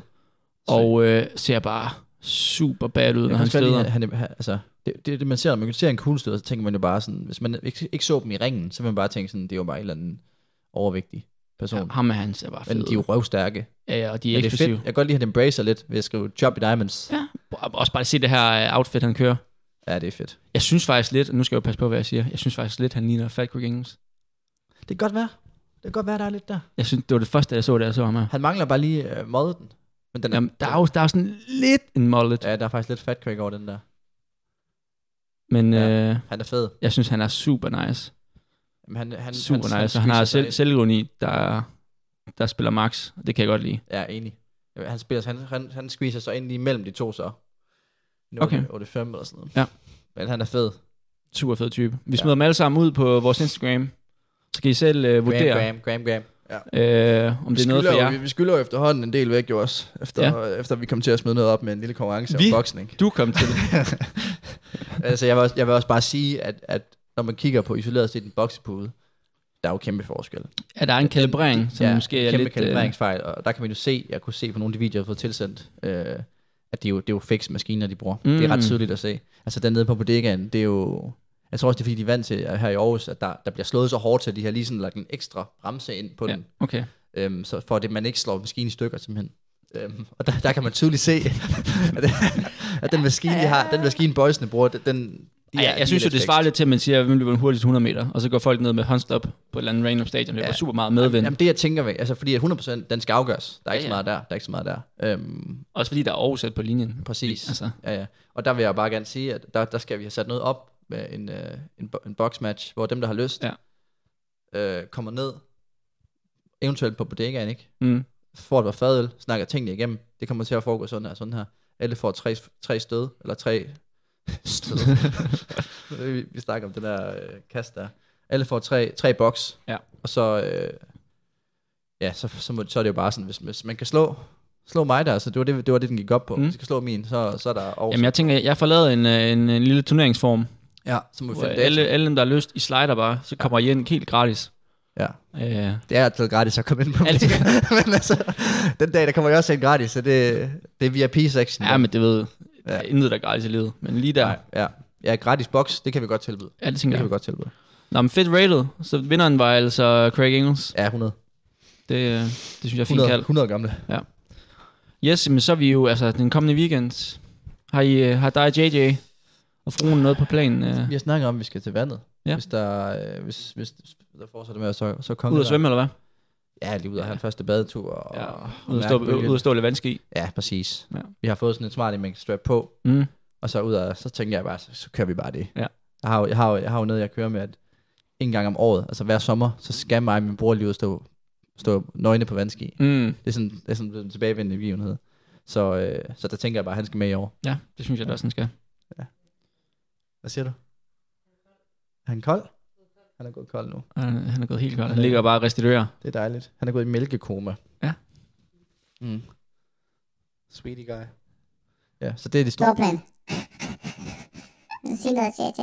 Speaker 5: Og øh, ser bare super bad ud, når
Speaker 4: jeg
Speaker 5: han
Speaker 4: han
Speaker 5: støder.
Speaker 4: lige, han, han, altså, det, det, er det, man ser, når man ser en kuglestød, så tænker man jo bare sådan, hvis man ikke, ikke så dem i ringen, så vil man bare tænke sådan, det er jo bare en eller anden overvægtig person.
Speaker 5: Ja, ham er han ser bare fed
Speaker 4: Men de er jo
Speaker 5: ud.
Speaker 4: røvstærke.
Speaker 5: Ja, ja, og de er
Speaker 4: Men det er fedt.
Speaker 5: eksplosive.
Speaker 4: Jeg kan godt lide, at han embracer lidt ved at skrive Chubby Diamonds.
Speaker 5: Ja, og også bare se det her øh, outfit, han kører.
Speaker 4: Ja, det er fedt.
Speaker 5: Jeg synes faktisk lidt, og nu skal jeg jo passe på, hvad jeg siger. Jeg synes faktisk lidt, han ligner Fat Quick Engels.
Speaker 4: Det kan godt være. Det kan godt være, der er lidt der.
Speaker 5: Jeg synes, det var det første, jeg så, da jeg så ham her.
Speaker 4: Han mangler bare lige øh, modden. Men den er,
Speaker 5: Jamen, der er jo der er jo sådan lidt en mullet, ja.
Speaker 4: ja, der er faktisk lidt fat crack over den der.
Speaker 5: men
Speaker 4: Ja.
Speaker 5: øh,
Speaker 4: Han er fed.
Speaker 5: jeg synes, han er super nice.
Speaker 4: Men han, han,
Speaker 5: Super
Speaker 4: han,
Speaker 5: nice, og han har
Speaker 4: spiser
Speaker 5: selv,
Speaker 4: sig
Speaker 5: selvironi, der, der spiller max. Det kan jeg godt lide.
Speaker 4: ind- Ja, enig. Jamen, Han, spiller, han, han, han squeezer sig ind lige imellem de to så. Nu
Speaker 5: Okay.
Speaker 4: okay. 8, 5 eller sådan noget.
Speaker 5: Ja.
Speaker 4: Men han er fed.
Speaker 5: Super fed type. Vi
Speaker 4: Ja.
Speaker 5: smider dem alle sammen ud på vores Instagram. Så kan I selv øh, vurdere,
Speaker 4: Graham, Graham, Graham, Graham.
Speaker 5: Øh, om det er noget for jer.
Speaker 8: vi skylder jo efterhånden en del væk jo også,
Speaker 5: efter-
Speaker 8: efter vi kom til at smide noget op med en lille konkurrence
Speaker 5: om Vi?
Speaker 8: boksning.
Speaker 5: Du kom til.
Speaker 4: altså, jeg vil, også, jeg vil også bare sige, at, at når man kigger på isoleret set en boksepude, der er jo kæmpe forskel.
Speaker 5: Er der en kalibrering, som ja, måske er
Speaker 4: kæmpe
Speaker 5: lidt... øh,
Speaker 4: kalibreringsfejl, og der kan man jo se, jeg kunne se på nogle af de videoer, jeg har fået tilsendt, øh, at det er jo, det er jo fix maskiner, de bruger. Mm. Det er ret
Speaker 5: Mm.
Speaker 4: tydeligt at se. Altså dernede på bodegaen, det er jo... Jeg tror også, det er fordi, de er vant til øh, her i Aarhus, at der, der bliver slået så hårdt til, at de har lige sådan lagt en ekstra bremse ind på
Speaker 5: Øh,
Speaker 4: ja.
Speaker 5: ja,
Speaker 4: den,
Speaker 5: okay.
Speaker 4: øhm, så for at man ikke slår maskinen i stykker simpelthen. Øhm, og der, der, kan man tydeligt se, at, at den maskine, de har, den maskine boysene bruger, den, den,
Speaker 5: Ej, jeg, jeg synes jo, det svarer lidt til, at man siger, hvem løber den hurtigst 100 meter, og så går folk ned med håndstop på et eller andet random stadion, løber
Speaker 4: Ja.
Speaker 5: ja. super meget medvind.
Speaker 4: Jamen det jeg tænker ved, altså fordi at 100% den skal afgøres. Der er ikke
Speaker 5: Ja,
Speaker 4: så
Speaker 5: ja.
Speaker 4: meget der, der er ikke så meget der. Øhm,
Speaker 5: Også fordi der er oversat på linjen.
Speaker 4: præcis.
Speaker 5: Altså,
Speaker 4: Ja, ja. Og der vil jeg bare gerne sige, at der, der skal vi have sat noget op med en, øh, en, bo- en boxmatch, hvor dem, der har lyst,
Speaker 5: Ja.
Speaker 4: øh, kommer ned, eventuelt på bodegaen, ikke?
Speaker 5: mm.
Speaker 4: får et par fadøl, snakker tingene igennem. Det kommer til at foregå sådan her, sådan her. Alle får tre, tre stød, eller tre stød. vi, vi snakker om den der øh, kast der. Alle får tre, tre boks,
Speaker 5: Ja.
Speaker 4: og så, øh, ja, så, så, må, så er det jo bare sådan, hvis, hvis man kan slå, slå mig der, så det var det, det, var det den gik op på. Mm.
Speaker 5: Mm.
Speaker 4: Hvis jeg kan slå min, så, så er der over.
Speaker 5: Jamen, jeg tænker, jeg får lavet en, øh, en, en lille turneringsform,
Speaker 4: ja, så må vi
Speaker 5: hvor
Speaker 4: finde det.
Speaker 5: alle, alle dem, der har lyst, I slider bare, så kommer I ind helt gratis.
Speaker 4: Ja.
Speaker 5: Øh,
Speaker 4: Det er altid gratis at komme ind på
Speaker 5: Alt-
Speaker 4: Alt. men altså, den dag, der kommer jeg også ind gratis, så det, det er VIP-sektion.
Speaker 5: ja, men det ved, der er
Speaker 4: Ja.
Speaker 5: intet, der er gratis i livet. Men lige der,
Speaker 4: ja. ja. Ja, gratis boks, det kan vi godt tilbyde.
Speaker 5: ja, det
Speaker 4: Det
Speaker 5: tænker
Speaker 4: kan vi
Speaker 5: jeg.
Speaker 4: godt tilbyde.
Speaker 5: Nå, men fedt rated. Så vinderen var altså Craig Engels.
Speaker 4: Ja, 100.
Speaker 5: Det, øh, det synes jeg er fint
Speaker 4: 100,
Speaker 5: kaldt.
Speaker 4: 100 gamle.
Speaker 5: Yes, men så er vi jo, altså den kommende weekend, har, I, øh, har dig og JJ og fruen noget på planen? Øh,
Speaker 4: Vi har snakket om, at vi skal til vandet.
Speaker 5: Ja.
Speaker 4: Hvis, der, øh, hvis, hvis der fortsætter med, at så, så kommer
Speaker 5: ud at svømme, eller hvad?
Speaker 4: Ja, lige ud og have
Speaker 5: Ja.
Speaker 4: en første badetur. Og,
Speaker 5: Ja,
Speaker 4: og
Speaker 5: Ud at
Speaker 4: mærke
Speaker 5: stå,
Speaker 4: bølgen.
Speaker 5: ud at stå lidt vandski.
Speaker 4: Ja, præcis.
Speaker 5: Ja.
Speaker 4: Ja. Vi har fået sådan en smart en, man kan strap på,
Speaker 5: Mm.
Speaker 4: og så ud og, så tænker jeg bare, så, så kører vi bare det.
Speaker 5: Ja.
Speaker 4: Jeg har, jo- jeg, har, jo- jeg har jo noget, jeg kører med, at en gang om året, altså hver sommer, så skal mig og min bror lige ud og stå, stå nøgne på vandski.
Speaker 5: Mm.
Speaker 4: Det er sådan, det er sådan en tilbagevendende begivenhed. Så, øh, så der tænker jeg bare, at han skal med i år.
Speaker 5: Ja, det synes jeg da også, den skal.
Speaker 4: Hvad siger du? Er han kold? Han er gået kold nu.
Speaker 5: Han, han er gået helt godt. Han ligger bare og restituerer.
Speaker 4: Det er dejligt. Han er gået i mælkekoma.
Speaker 5: Ja.
Speaker 4: Mm. Sweetie guy. Ja, så det er det store.
Speaker 9: Stop den. Sig noget, JJ.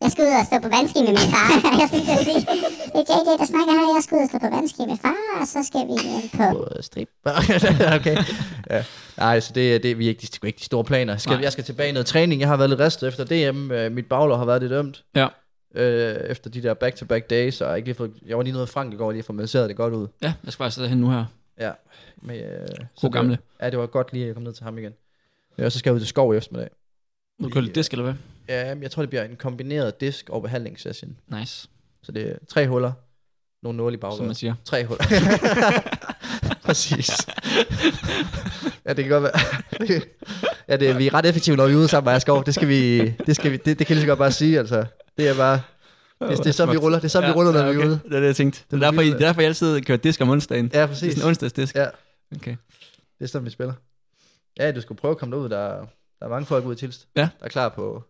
Speaker 9: Jeg skal ud og stå på vandski med min far. Jeg skulle lige til at sige, det er JJ, der snakker her. Jeg skal ud og stå på vandski med far, og så skal vi ind på...
Speaker 5: øh,
Speaker 4: Både strip. okay. Ja. Nej, så det, er- det, er- vi er ikke, de, sgu ikke de store planer. Skal,
Speaker 5: Nej.
Speaker 4: jeg skal tilbage i noget træning. Jeg har været lidt ristet efter DM. Øh, Mit baglår har været lidt ømt.
Speaker 5: Ja.
Speaker 4: Øh, efter de der back-to-back days. Og jeg, har ikke lige fået, jeg var lige noget frank i går, lige at få masseret det godt ud.
Speaker 5: Ja, jeg skal faktisk sidde hen nu her.
Speaker 4: Ja. Med, øh, så
Speaker 5: God gamle.
Speaker 4: Det, ja, det var godt lige at komme ned til ham igen. Øh, Og så skal jeg ud til skov i eftermiddag.
Speaker 5: Vil du køre lidt disk, eller hvad?
Speaker 4: Ja, men jeg tror, det bliver en kombineret disk- og behandlingssession.
Speaker 5: Nice,
Speaker 4: Så det er tre huller, nogle nåle i
Speaker 5: som man
Speaker 4: baglåret.
Speaker 5: siger.
Speaker 4: Tre huller. Præcis. ja, det kan godt være. ja, det, vi er ret effektive, når vi er ude sammen med Skov. Det skal vi, det, skal vi, det, det kan jeg lige så godt bare sige, altså. Det er bare, det, det er sådan, vi ruller. Det er sådan, vi ruller, når vi er ude.
Speaker 5: Det er det, jeg tænkte. Det er
Speaker 4: derfor,
Speaker 5: derfor,
Speaker 4: I-
Speaker 5: I,
Speaker 4: det er
Speaker 5: derfor, jeg altid kører disk om onsdagen.
Speaker 4: Ja,
Speaker 5: det er
Speaker 4: præcis.
Speaker 5: sådan en onsdagsdisk.
Speaker 4: Ja.
Speaker 5: Okay.
Speaker 4: Det er sådan, vi spiller. Ja, du skulle prøve at komme derud. Der, er- der er mange folk ude i Tilst.
Speaker 5: Ja.
Speaker 4: Der er klar på...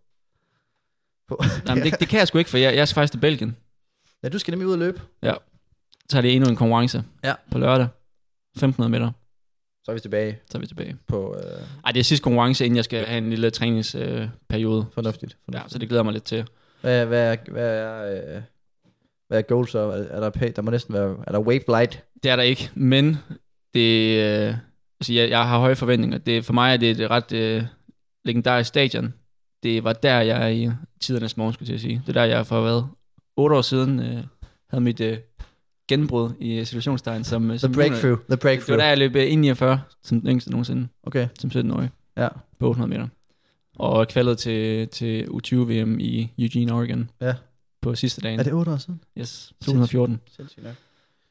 Speaker 4: på.
Speaker 5: Nej, men det, det, kan jeg sgu ikke, for jeg, jeg skal faktisk til Belgien.
Speaker 4: ja, du skal nemlig ud og løbe.
Speaker 5: Så er det endnu en konkurrence
Speaker 4: Ja.
Speaker 5: på lørdag. 1500 meter,
Speaker 4: Så er vi tilbage
Speaker 5: så er vi tilbage.
Speaker 4: på... Øh,
Speaker 5: Ej, det er sidste konkurrence, inden jeg skal have en lille træningsperiode. Øh, periode.
Speaker 4: fornuftigt.
Speaker 5: ja, så det glæder jeg mig lidt til.
Speaker 4: Hvad, hvad, er- hvad, er, øh, hvad er goals så? Er, er der, pæ- der må næsten være, er der wave light?
Speaker 5: Det er der ikke, men det, øh, altså jeg, jeg har høje forventninger. Det, for mig er det et ret øh, legendarisk stadion. Det var der, jeg i tidernes morgen, skulle jeg til at sige. Det er der, jeg for hvad, otte år siden øh, havde mit øh, gennembrud i situationstegn. Som, øh,
Speaker 4: The
Speaker 5: som
Speaker 4: breakthrough. The
Speaker 5: Det var
Speaker 4: breakthrough.
Speaker 5: der, jeg løb øh, 49 som den yngste nogensinde,
Speaker 4: Okay,
Speaker 5: som 17-årig,
Speaker 4: ja.
Speaker 5: på 800 meter. Og kvalet til, til U20-VM i Eugene, Oregon.
Speaker 4: Ja.
Speaker 5: På sidste dagen.
Speaker 4: Er det 8 år siden?
Speaker 5: Yes, 2014.
Speaker 4: Sindssygt nok.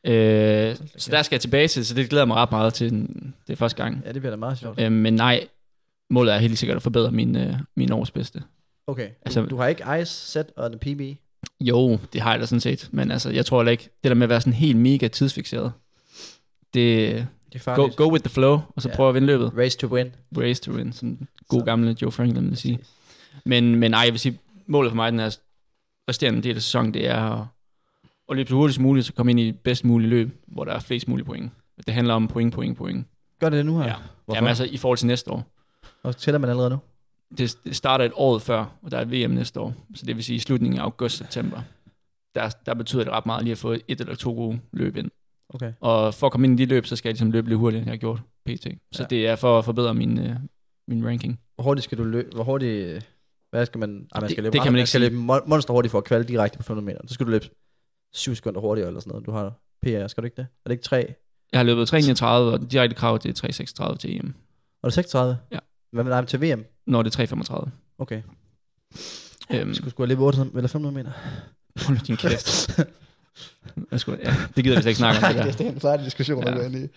Speaker 5: Øh, så der skal jeg tilbage til, så det glæder jeg mig ret meget til. den- Det er første gang.
Speaker 4: Ja, det bliver da meget sjovt.
Speaker 5: Øh, men nej, målet er helt sikkert at forbedre min, øh, min års bedste.
Speaker 4: Okay,
Speaker 5: altså-
Speaker 4: du, du har ikke ice, set og en PB?
Speaker 5: Jo, det har jeg da sådan set, men altså, jeg tror heller ikke, det der med at være sådan helt mega tidsfixeret, det
Speaker 4: Det er
Speaker 5: go, go with the flow, og så
Speaker 4: Ja.
Speaker 5: ja. prøve at vinde løbet.
Speaker 4: Race to win.
Speaker 5: Race to win, som den god
Speaker 4: Så.
Speaker 5: gamle Joe Franklin vil sige. Men, men nej, jeg vil sige, målet for mig den her resterende del af sæsonen, det er at, at løbe så hurtigt som muligt, så komme ind i bedst muligt løb, hvor der er flest mulige point. Det handler om point, point, point.
Speaker 4: Gør det det nu her?
Speaker 5: Ja.
Speaker 4: Hvorfor?
Speaker 5: Jamen altså, i forhold til næste år.
Speaker 4: Og tæller man allerede nu?
Speaker 5: det, det starter et år før, og der er VM næste år. Så det vil sige i slutningen af august-september. Der, der betyder det ret meget lige at få et eller to gode løb ind.
Speaker 4: Okay.
Speaker 5: Og for at komme ind i de løb, så skal jeg ligesom løbe lidt hurtigere, end jeg har gjort pt. Så
Speaker 4: Ja.
Speaker 5: ja. det er for at forbedre min, øh, min ranking.
Speaker 4: hvor hurtigt skal du løbe? Hvor hurtigt... øh, Hvad skal man... Ej, man
Speaker 5: Det-
Speaker 4: skal løbe
Speaker 5: det kan man ikke
Speaker 4: skal
Speaker 5: sige.
Speaker 4: løbe mon- monster hurtigt for at kvalde direkte på 500 meter. Så skal du løbe 7 sekunder hurtigere eller sådan noget. Du har PR, skal du ikke det? Er det ikke 3?
Speaker 5: Jeg har løbet 3.39, og den direkte krav det er 3.36 til EM,
Speaker 4: Var det 36?
Speaker 5: Ja.
Speaker 4: Hvad med nej, men til VM?
Speaker 5: når det er 3.35.
Speaker 4: Okay.
Speaker 5: Øhm,
Speaker 4: Vi skulle sgu have løbet 800 eller 500 meter.
Speaker 5: hold nu din kæft. Jeg skulle, ja, det gider vi slet ikke snakke om. Det
Speaker 4: Nej,
Speaker 5: der.
Speaker 4: det er en sejt diskussion,
Speaker 5: Ja.
Speaker 4: ja. i.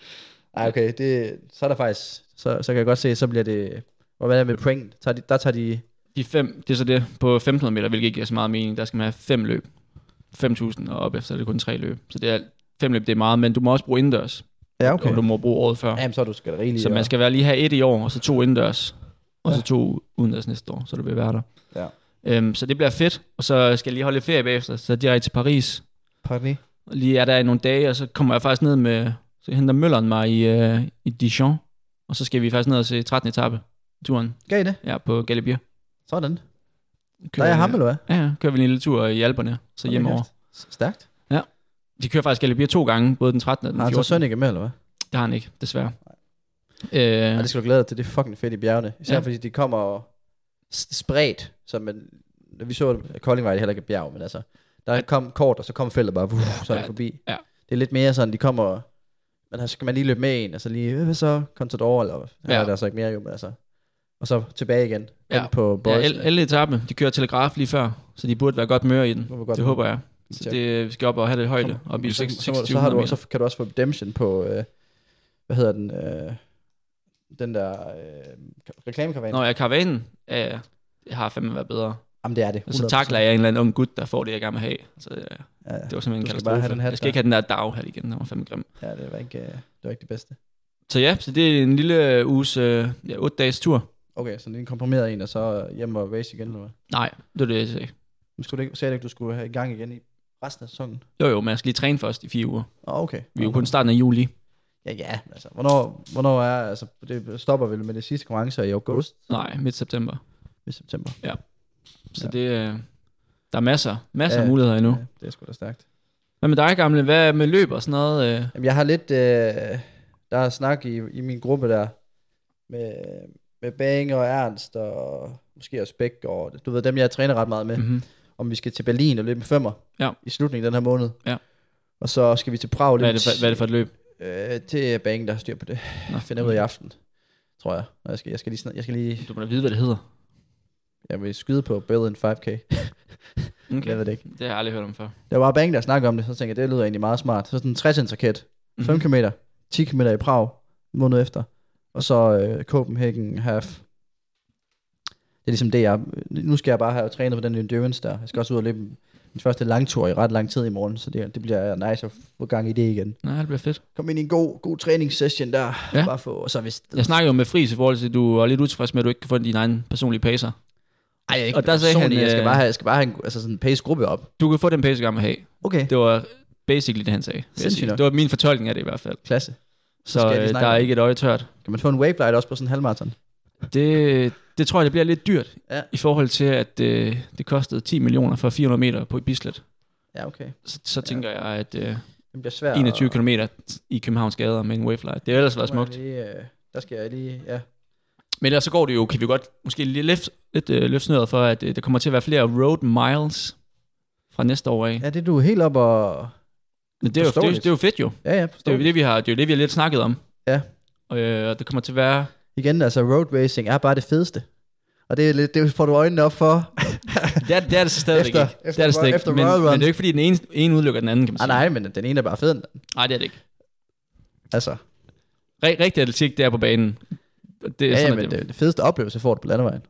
Speaker 4: Ej, okay, det, så er der faktisk, så, så kan jeg godt se, så bliver det, og hvad er det med point? Tager de, der tager de,
Speaker 5: De fem, det er så det på 1.500 meter, hvilket ikke giver så meget mening. Der skal man have fem løb. 5.000 og op efter, så er det kun tre løb. Så det er, fem løb det er meget, men du må også bruge indendørs,
Speaker 4: ja
Speaker 5: okay. og du må bruge året før.
Speaker 4: Jamen, så er du skal da rigelig.
Speaker 5: Så man skal være lige have et i år, og så to indendørs, og så to udendørs næste år, så du vil være der.
Speaker 4: Ja.
Speaker 5: Øhm, så det bliver fedt, og så skal jeg lige holde lidt ferie bagefter, så direkte til Paris.
Speaker 4: Paris.
Speaker 5: Og Lige er der i nogle dage, og så kommer jeg faktisk ned med, så henter Mølleren mig i, øh, i Dijon, og så skal vi faktisk ned og se 13. etape turen
Speaker 4: Gav I det?
Speaker 5: ja, på Galibier.
Speaker 4: Sådan. Der er jeg ham, eller hvad?
Speaker 5: Ja, ja, kører vi en lille tur i Alperne, så
Speaker 4: Hold
Speaker 5: hjemover.
Speaker 4: da kæft. S- Stærkt.
Speaker 5: De kører faktisk Galibier to gange, både den 13. og den
Speaker 4: Har han
Speaker 5: 14.
Speaker 4: så Sønneke med, eller hvad?
Speaker 5: Det har han ikke, desværre.
Speaker 4: Ja.
Speaker 5: Øh,
Speaker 4: det skal du glæde dig til. Det er fucking fedt i bjergene. Især
Speaker 5: Ja.
Speaker 4: ja. fordi de kommer s- spredt, så man, vi så, at Kolding var det heller ikke et bjerg, men altså, der kom kort, og så kom feltet bare, uh, så er
Speaker 5: Ja,
Speaker 4: det forbi.
Speaker 5: ja.
Speaker 4: Det er lidt mere sådan, de kommer, men altså, så skal man lige løbe med en, og så lige, "Øh, hvad så, Contador, eller ja.
Speaker 5: Ja.
Speaker 4: der er så ikke mere jo, men altså, og så tilbage igen,
Speaker 5: Ja.
Speaker 4: ja. ind på
Speaker 5: Ja,
Speaker 4: boys.
Speaker 5: alle, alle etape, de kører telegraf lige før, så de burde være godt møre i den.
Speaker 4: Håber godt
Speaker 5: det
Speaker 4: møre.
Speaker 5: håber jeg. Så
Speaker 4: Tjek.
Speaker 5: det vi skal op og have lidt højde, op i
Speaker 4: så, så,
Speaker 5: 6,
Speaker 4: så, så, har
Speaker 5: 2600
Speaker 4: du,
Speaker 5: meter.
Speaker 4: så kan du også få redemption på, øh, hvad hedder den, øh, den der øh, reklamekampagne.
Speaker 5: Nå, ja, karavanen øh, det har fandme været bedre.
Speaker 4: Jamen det er det.
Speaker 5: Og så
Speaker 4: 100%.
Speaker 5: takler jeg en eller anden ung gut, der får det, jeg gerne vil have. Så øh,
Speaker 4: Ja, ja.
Speaker 5: det var simpelthen en
Speaker 4: Du skal bare have
Speaker 5: katastrofe.
Speaker 4: den hat
Speaker 5: Jeg skal ikke
Speaker 4: der.
Speaker 5: have den der daghat igen, den var fandme grim.
Speaker 4: Ja, det var ikke, øh, det var ikke det bedste.
Speaker 5: Så ja, så det er en lille uges, øh, ja, 8 dages tur.
Speaker 4: Okay, så det er en komprimeret en, og så øh, hjem og race igen, eller hvad?
Speaker 5: Nej, det er det, jeg sagde.
Speaker 4: Men skulle du ikke, sagde du ikke, du skulle have i gang igen i resten af sæsonen?
Speaker 5: Jo jo, men jeg skal lige træne først i fire uger.
Speaker 4: Åh, oh, okay.
Speaker 5: Vi er jo kun starten af juli.
Speaker 4: Ja, ja. Altså, hvornår, hvornår er, altså, det stopper vel med det sidste konkurrence i august,
Speaker 5: Nej, midt september.
Speaker 4: i september.
Speaker 5: Så
Speaker 4: Ja.
Speaker 5: det, øh, der er masser, masser
Speaker 4: Ja,
Speaker 5: af muligheder endnu.
Speaker 4: Ja, det er sgu da stærkt.
Speaker 5: Hvad med dig, gamle? Hvad med løb og sådan noget? Øh,
Speaker 4: Jamen, jeg har lidt... Øh, der er snak i, i min gruppe der med, med Bang og Ernst og måske også Bæk og... Du ved, dem jeg træner ret meget med.
Speaker 5: Mhm.
Speaker 4: Mm-hmm. Om vi skal til Berlin og løbe en femmer
Speaker 5: Ja.
Speaker 4: i slutningen af den her måned.
Speaker 5: Ja.
Speaker 4: Og så skal vi til Prag og
Speaker 5: Hvad
Speaker 4: løbe
Speaker 5: er, det for, hvad er det for et løb?
Speaker 4: for? Øh, til Bang, der har styr på det.
Speaker 5: Nå,
Speaker 4: Jeg finder ud af i aften, tror jeg. Og jeg skal, jeg skal lige... sn- Jeg skal lige...
Speaker 5: Du må da vide, hvad det hedder.
Speaker 4: Jeg vil skyde på Berlin 5K. Jeg ved det ikke.
Speaker 5: Det har jeg aldrig hørt om før.
Speaker 4: Det var bare Bang, der snakkede om det, så tænkte jeg, det lyder egentlig meget smart. Så sådan en 60 raket, 5 km, 10 km i Prag, en måned efter, og så øh, Copenhagen Half. Det er ligesom det, jeg... Nu skal jeg bare have trænet på den endurance der. Jeg skal også ud og løbe min første langtur i ret lang tid i morgen, så det, det bliver nice at få gang i det igen.
Speaker 5: Nej, det bliver fedt.
Speaker 4: Kom ind i en god, god træningssession der.
Speaker 5: Ja.
Speaker 4: Ja. Bare få, og så hvis...
Speaker 5: Jeg snakkede jo med Friis i forhold til, at du var lidt utilfreds med, at du ikke kan få din egen personlige pacer.
Speaker 4: Ej, ikke
Speaker 5: og der sagde
Speaker 4: personligt,
Speaker 5: han,
Speaker 4: jeg skal
Speaker 5: øh,
Speaker 4: bare have, jeg skal bare have en, altså sådan en pace-gruppe op.
Speaker 5: Du kan få den pacer, jeg gerne vil have.
Speaker 4: Okay,
Speaker 5: Det var basically det, han sagde. vil jeg
Speaker 4: Sindssygt
Speaker 5: sige.
Speaker 4: nok.
Speaker 5: Det var min fortolkning af det i hvert fald.
Speaker 4: klasse.
Speaker 5: Så
Speaker 4: skal jeg lige
Speaker 5: øh,
Speaker 4: snakke
Speaker 5: der er
Speaker 4: om.
Speaker 5: ikke et øje tørt.
Speaker 4: Kan man få en wavelight også på sådan en halvmarathon?
Speaker 5: Det, det tror jeg, det bliver lidt dyrt
Speaker 4: Ja.
Speaker 5: i forhold til, at øh, det kostede 10 millioner for 400 meter på et Bislet.
Speaker 4: Ja, okay.
Speaker 5: Så, så tænker jeg, at øh,
Speaker 4: Det bliver svært.
Speaker 5: 21
Speaker 4: at-
Speaker 5: km i Københavns gader med en wavelight. Det har ellers været
Speaker 4: Der må jeg
Speaker 5: smukt.
Speaker 4: Lige, øh, der skal jeg lige, ja.
Speaker 5: Men ellers så går det jo, kan vi godt måske lige løfte, lidt øh, løfte snøret for, at øh, der kommer til at være flere road miles fra næste år af.
Speaker 4: Ja, det er du helt op og...
Speaker 5: Men det er, jo, det, er, jo-
Speaker 4: forståeligt.
Speaker 5: det er jo fedt jo.
Speaker 4: Ja, ja,
Speaker 5: Det er jo
Speaker 4: forstår
Speaker 5: det, vi har, det er jo det, vi har lidt snakket om.
Speaker 4: Ja.
Speaker 5: Og øh, og det kommer til at være...
Speaker 4: Igen, altså road racing er bare det fedeste. Og det, er lidt, det får du øjnene op for.
Speaker 5: Det er det, er det så stadigvæk
Speaker 4: Efter-
Speaker 5: ikke. det er det
Speaker 4: efter-
Speaker 5: stadig,
Speaker 4: efter
Speaker 5: men,
Speaker 4: Royal
Speaker 5: men det
Speaker 4: Runs.
Speaker 5: er jo ikke, fordi den ene, ene udelukker den anden, kan man
Speaker 4: Nej,
Speaker 5: sige.
Speaker 4: Ah, nej, men den ene er bare fed.
Speaker 5: nej det er det ikke.
Speaker 4: Altså,
Speaker 5: Rig- rigtig atletik, det er på banen. Og Det er
Speaker 4: ja, ja,
Speaker 5: sådan,
Speaker 4: men
Speaker 5: at det,
Speaker 4: det, det fedeste oplevelse får du på landevejen.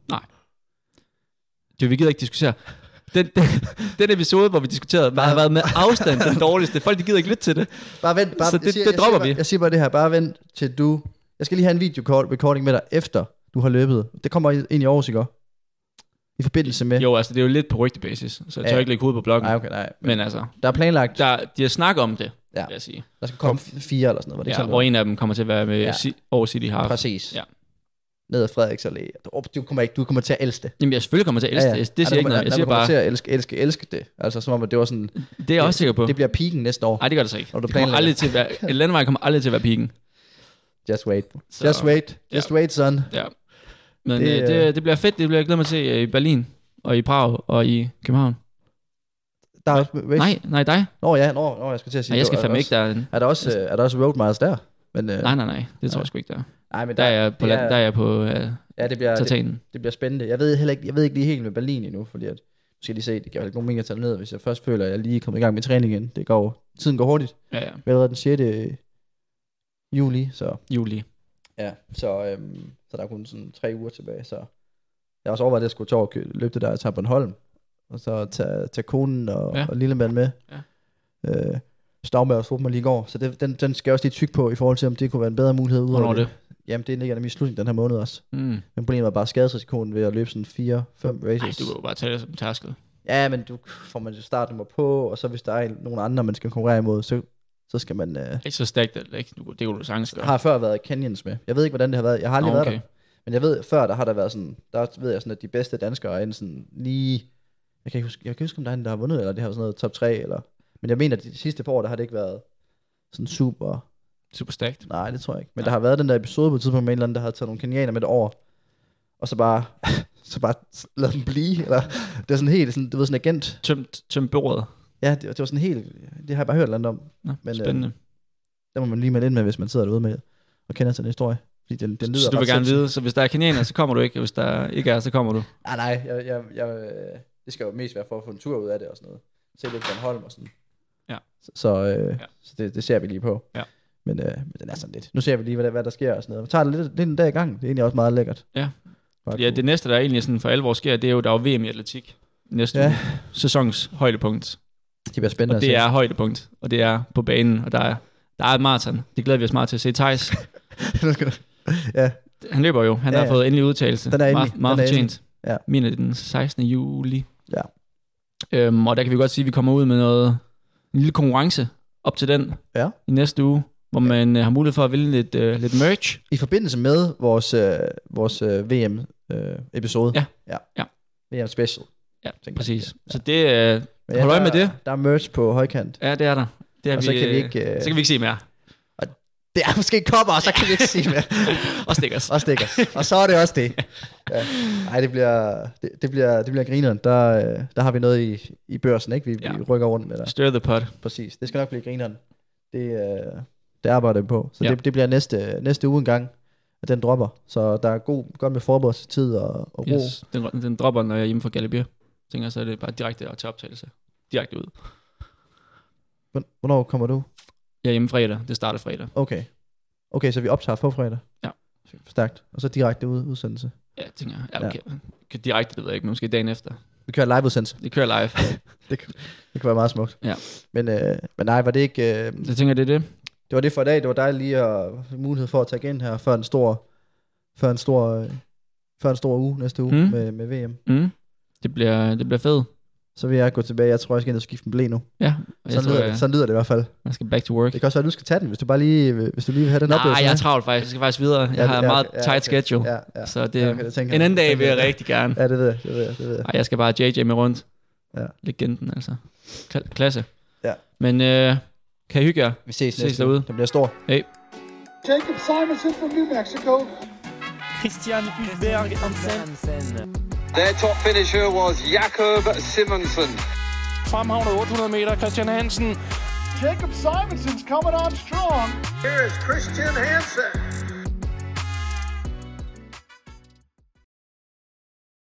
Speaker 5: det, vi gider ikke diskutere. Den, den, den episode, hvor vi diskuterede, hvad har været med afstand den dårligste. Folk, de gider ikke lytte til det.
Speaker 4: Bare vent, bare,
Speaker 5: Så
Speaker 4: jeg
Speaker 5: det-
Speaker 4: jeg
Speaker 5: det dropper
Speaker 4: siger, bare-
Speaker 5: vi.
Speaker 4: Jeg siger bare det her, bare vent til du... Jeg skal lige have en video recording med dig, efter du har løbet. Det kommer i- ind i Aarhus, ikke også? I forbindelse med...
Speaker 5: Jo, altså, det er jo lidt på rygtebasis, så jeg tør
Speaker 4: Ja.
Speaker 5: ikke lægge hovedet på bloggen.
Speaker 4: Nej, okay, nej.
Speaker 5: Men altså,
Speaker 4: Der er planlagt, der,
Speaker 5: der, de har snakket om det, ja.
Speaker 4: Ja.
Speaker 5: vil jeg sige.
Speaker 4: skal komme f- fire eller sådan noget. Var det ikke
Speaker 5: Ja,
Speaker 4: sådan
Speaker 5: hvor
Speaker 4: noget?
Speaker 5: en af dem kommer til at være med
Speaker 4: Ja.
Speaker 5: ja. Aarhus City Harf.
Speaker 4: Præcis.
Speaker 5: Ja.
Speaker 4: Ned ad Frederiks Allé. Du, du, kommer ikke, du kommer til at elske det.
Speaker 5: Jamen, jeg selvfølgelig kommer til at elske ja, ja. det. Det siger jeg ikke noget. Jeg siger
Speaker 4: kommer
Speaker 5: bare,
Speaker 4: til at elske, elske, elske det. Altså, som om, at det var sådan...
Speaker 5: det er jeg også sikker på.
Speaker 4: Det bliver piken næste år.
Speaker 5: Nej, det gør det så ikke.
Speaker 4: Når du
Speaker 5: Det kommer
Speaker 4: planlægger.
Speaker 5: aldrig til at være, et landevej kommer aldrig til at være piken.
Speaker 4: Just wait.
Speaker 5: Så-
Speaker 4: Just wait. Just wait, son.
Speaker 5: Ja. Men
Speaker 10: Det,
Speaker 5: det, øh,
Speaker 10: øh,
Speaker 5: det, det bliver fedt, det bliver jeg glæder mig til øh, i Berlin, og i Prag, og i København.
Speaker 10: Der er også... Hvis,
Speaker 5: Nej, nej dig.
Speaker 4: Nå ja, nå, nå, jeg skulle til at sige...
Speaker 5: Nej, jeg
Speaker 4: det
Speaker 5: skal
Speaker 4: var-
Speaker 5: fandme
Speaker 4: er
Speaker 5: ikke der.
Speaker 4: Er der også, øh, er der også road miles der? Men, øh,
Speaker 5: Nej, nej, nej. Det tror jeg sgu ikke der. er.
Speaker 4: nej, men
Speaker 5: Der er jeg på,
Speaker 4: det
Speaker 5: land,
Speaker 4: er-
Speaker 5: der er jeg på øh,
Speaker 4: ja, det bliver, det,
Speaker 5: tartanen.
Speaker 4: det bliver spændende. Jeg ved heller ikke, jeg ved ikke lige helt med Berlin endnu, fordi at, nu skal jeg lige se, det giver ikke nogen mening at tage ned, hvis jeg først føler, at jeg lige er kommet i gang med træning igen. Det går, tiden går hurtigt.
Speaker 5: Ja, ja.
Speaker 4: Vi er allerede den 6. juli, så
Speaker 5: Juli.
Speaker 4: ja, så, øhm, så der er kun sådan tre uger tilbage, så jeg har også overvejet, at jeg skulle tage over og kø- løbe det der etape på en Holm, og så tage, tage konen og,
Speaker 5: Ja.
Speaker 4: ja. og lille mand med.
Speaker 5: Ja.
Speaker 4: Øh, Stavmær og mig lige i går, så det, den, den skal jeg også lige tykke på, i forhold til, om det kunne være en bedre mulighed. ud
Speaker 5: Hvornår
Speaker 4: over
Speaker 5: er det?
Speaker 4: Jamen, det ligger nemlig i slutningen af den her måned også.
Speaker 5: Mm.
Speaker 4: Men problemet var bare skadesrisikoen ved at løbe sådan 4-5 races.
Speaker 5: Ej, du kan jo bare tage det som tærskel.
Speaker 4: Ja, men du får man startnummer på, og så hvis der er en- nogle andre, man skal konkurrere imod, så, så skal man... Øh,
Speaker 5: Ikke så stærkt, det ikke? Du, det kunne du sagtens gøre.
Speaker 4: har før været Kenyans med. Jeg ved ikke, hvordan det har været. Jeg har aldrig
Speaker 5: Nå,
Speaker 4: okay. været der. Men jeg ved, før der har der været sådan, der ved jeg sådan, at de bedste danskere er enten sådan lige, jeg kan ikke huske, jeg kan ikke huske, om der er en, der har vundet, eller det har været sådan noget top 3, eller, men jeg mener, at de sidste par år, der har det ikke været sådan super,
Speaker 5: Super stærkt.
Speaker 4: nej, det tror jeg ikke. Men der har været den der episode på et tidspunkt med en eller anden, der har taget nogle kenianer med det over, og så bare, så bare lad dem blive, eller det er sådan helt, sådan, du ved, sådan agent,
Speaker 5: Tømt, tømt bordet.
Speaker 4: ja, det, det var sådan helt, det har jeg bare hørt et eller andet om,
Speaker 5: Nå,
Speaker 4: Men, øh,
Speaker 5: spændende.
Speaker 4: der må man lige melde ind med, hvis man sidder derude med, og kender til den historie, fordi den, den lyder
Speaker 5: så du
Speaker 4: ret
Speaker 5: vil gerne
Speaker 4: sindssyg.
Speaker 5: vide, så hvis der er kenianer, så kommer du ikke, og hvis der ikke er, så kommer du.
Speaker 4: Nej, Ah, nej, jeg, jeg, jeg, øh, det skal jo mest være for at få en tur ud af det og sådan noget. Se lidt Bornholm og sådan.
Speaker 5: Ja.
Speaker 4: Så, så, øh,
Speaker 5: Ja.
Speaker 4: ja. så det, det ser vi lige på.
Speaker 5: Ja.
Speaker 4: Men, øh, men den er sådan lidt. Nu ser vi lige, hvad der, hvad der sker og sådan noget. Vi tager det lidt, lidt en dag i gang. Det er egentlig også meget lækkert.
Speaker 5: Ja.
Speaker 4: Bare
Speaker 5: Ja, det næste, der egentlig sådan for alvor sker, det er jo, der er jo VM i atletik næste
Speaker 4: Ja.
Speaker 5: ja. uge. Sæsons højdepunkt.
Speaker 4: det bliver spændende
Speaker 5: Og det
Speaker 4: at
Speaker 5: er højdepunkt, og det er på banen, og der er, der er et maraton. Det glæder vi os meget til at se. Thijs,
Speaker 4: se. Nu skal du- ja,
Speaker 5: han løber jo. Han
Speaker 4: Ja,
Speaker 5: ja,
Speaker 4: ja.
Speaker 5: har fået endelig udtalelse.
Speaker 4: Den er endelig.
Speaker 5: Meget, meget
Speaker 4: Den er
Speaker 5: fortjent.
Speaker 4: endelig. Ja.
Speaker 5: Min er den 16. juli.
Speaker 4: Ja.
Speaker 5: Øhm, og der kan vi godt sige, at vi kommer ud med noget, en lille konkurrence op til den
Speaker 4: Ja.
Speaker 5: i næste uge, hvor man øh, har mulighed for at vinde lidt, øh, lidt merch.
Speaker 4: I forbindelse med vores, øh, vores øh, VM-episode.
Speaker 5: Ja.
Speaker 4: ja.
Speaker 5: Ja.
Speaker 4: VM Special.
Speaker 5: Ja,
Speaker 4: tænker jeg.
Speaker 5: præcis. Så det, øh,
Speaker 4: Men ja,
Speaker 5: Hold øje
Speaker 4: der-
Speaker 5: med det.
Speaker 4: Der er merch på højkant.
Speaker 5: ja, det er der. Det er
Speaker 4: Og så kan vi
Speaker 5: øh,
Speaker 4: ikke, øh,
Speaker 5: så kan vi ikke se mere.
Speaker 4: Det er måske kopper, og så kan vi ikke sige mere.
Speaker 5: Og stikker os.
Speaker 4: Og stikker. Og så er det også det. Ja. Ej, det bliver, det, det bliver, det bliver grineren. Der, øh, der har vi noget i, i børsen, ikke? Vi, ja.
Speaker 5: Ja.
Speaker 4: vi rykker rundt med dig.
Speaker 5: Stir the pot.
Speaker 4: Præcis. Det skal nok blive grineren. Det, øh, det arbejder vi på. Så
Speaker 5: Ja.
Speaker 4: ja. det, det bliver næste, næste uge engang, at den dropper. Så der er god, godt med forberedelsestid og, og ro. Yes.
Speaker 5: Yes. Den, den dropper, når jeg er hjemme fra Galibier. Tænker, så er det bare direkte til optagelse. Direkte ud.
Speaker 4: Hvornår kommer du?
Speaker 5: Jeg er hjemme fredag. Det starter fredag.
Speaker 4: Okay. Okay, så vi optager for fredag.
Speaker 5: Ja.
Speaker 4: Stærkt. Og så direkte ud, udsendelse.
Speaker 5: Ja, tænker jeg. Ja, okay. Ja. Direkte, det ved jeg ikke, men måske dagen efter.
Speaker 4: Vi kører live udsendelse.
Speaker 5: Det kører live.
Speaker 4: Det, kan- det kan være meget smukt.
Speaker 5: Ja.
Speaker 4: Men, øh, men nej, var det ikke... Øh,
Speaker 5: Så tænker jeg, det er det.
Speaker 4: Det var det for i dag. Det var dejligt lige at have mulighed for at tage ind her før en stor, før en stor, øh, før en stor uge næste uge
Speaker 5: Mm.
Speaker 4: mm. med, med VM.
Speaker 5: Mm. Det bliver, det bliver fedt.
Speaker 4: Så vil jeg gå tilbage. Jeg tror, jeg skal ind og skifte en blæ nu.
Speaker 5: Ja, og jeg
Speaker 4: Sådan, lyder,
Speaker 5: tror,
Speaker 4: det,
Speaker 5: jeg,
Speaker 4: sådan lyder det i hvert fald.
Speaker 5: jeg skal back to work.
Speaker 4: Det kan også være, at du skal tage den, hvis du bare lige, vil- hvis du lige vil have den
Speaker 5: Nej,
Speaker 4: oplevelse.
Speaker 5: jeg er
Speaker 4: med.
Speaker 5: travlt faktisk. Jeg skal faktisk videre. Jeg
Speaker 4: Ja,
Speaker 5: har
Speaker 4: ja,
Speaker 5: meget
Speaker 4: ja,
Speaker 5: tight
Speaker 4: okay.
Speaker 5: schedule.
Speaker 4: Ja, ja.
Speaker 5: Så det,
Speaker 4: Ja, okay, det tænker
Speaker 5: en
Speaker 4: jeg.
Speaker 5: anden dag
Speaker 4: Det
Speaker 5: vil jeg
Speaker 4: tænker jeg.
Speaker 5: rigtig gerne.
Speaker 4: Ja, det ved jeg, det ved jeg, det ved jeg.
Speaker 5: Ej, jeg skal bare JJ med rundt.
Speaker 4: Ja.
Speaker 5: Legenden, altså. Kla- Klasse.
Speaker 4: Ja.
Speaker 5: Men øh, kan I hygge jer?
Speaker 4: Vi ses,
Speaker 5: Ses
Speaker 4: næste
Speaker 5: derude.
Speaker 4: uge. Den bliver stor.
Speaker 5: Hey.
Speaker 1: Jacob Simonson from New Mexico
Speaker 11: Christian Hulberg Hansen.
Speaker 3: Their top finisher was Jakob Simonsen.
Speaker 11: Fremhavnet 800 meter, Christian Hansen.
Speaker 1: Jacob Simonson's coming on strong. Here is Christian Hansen.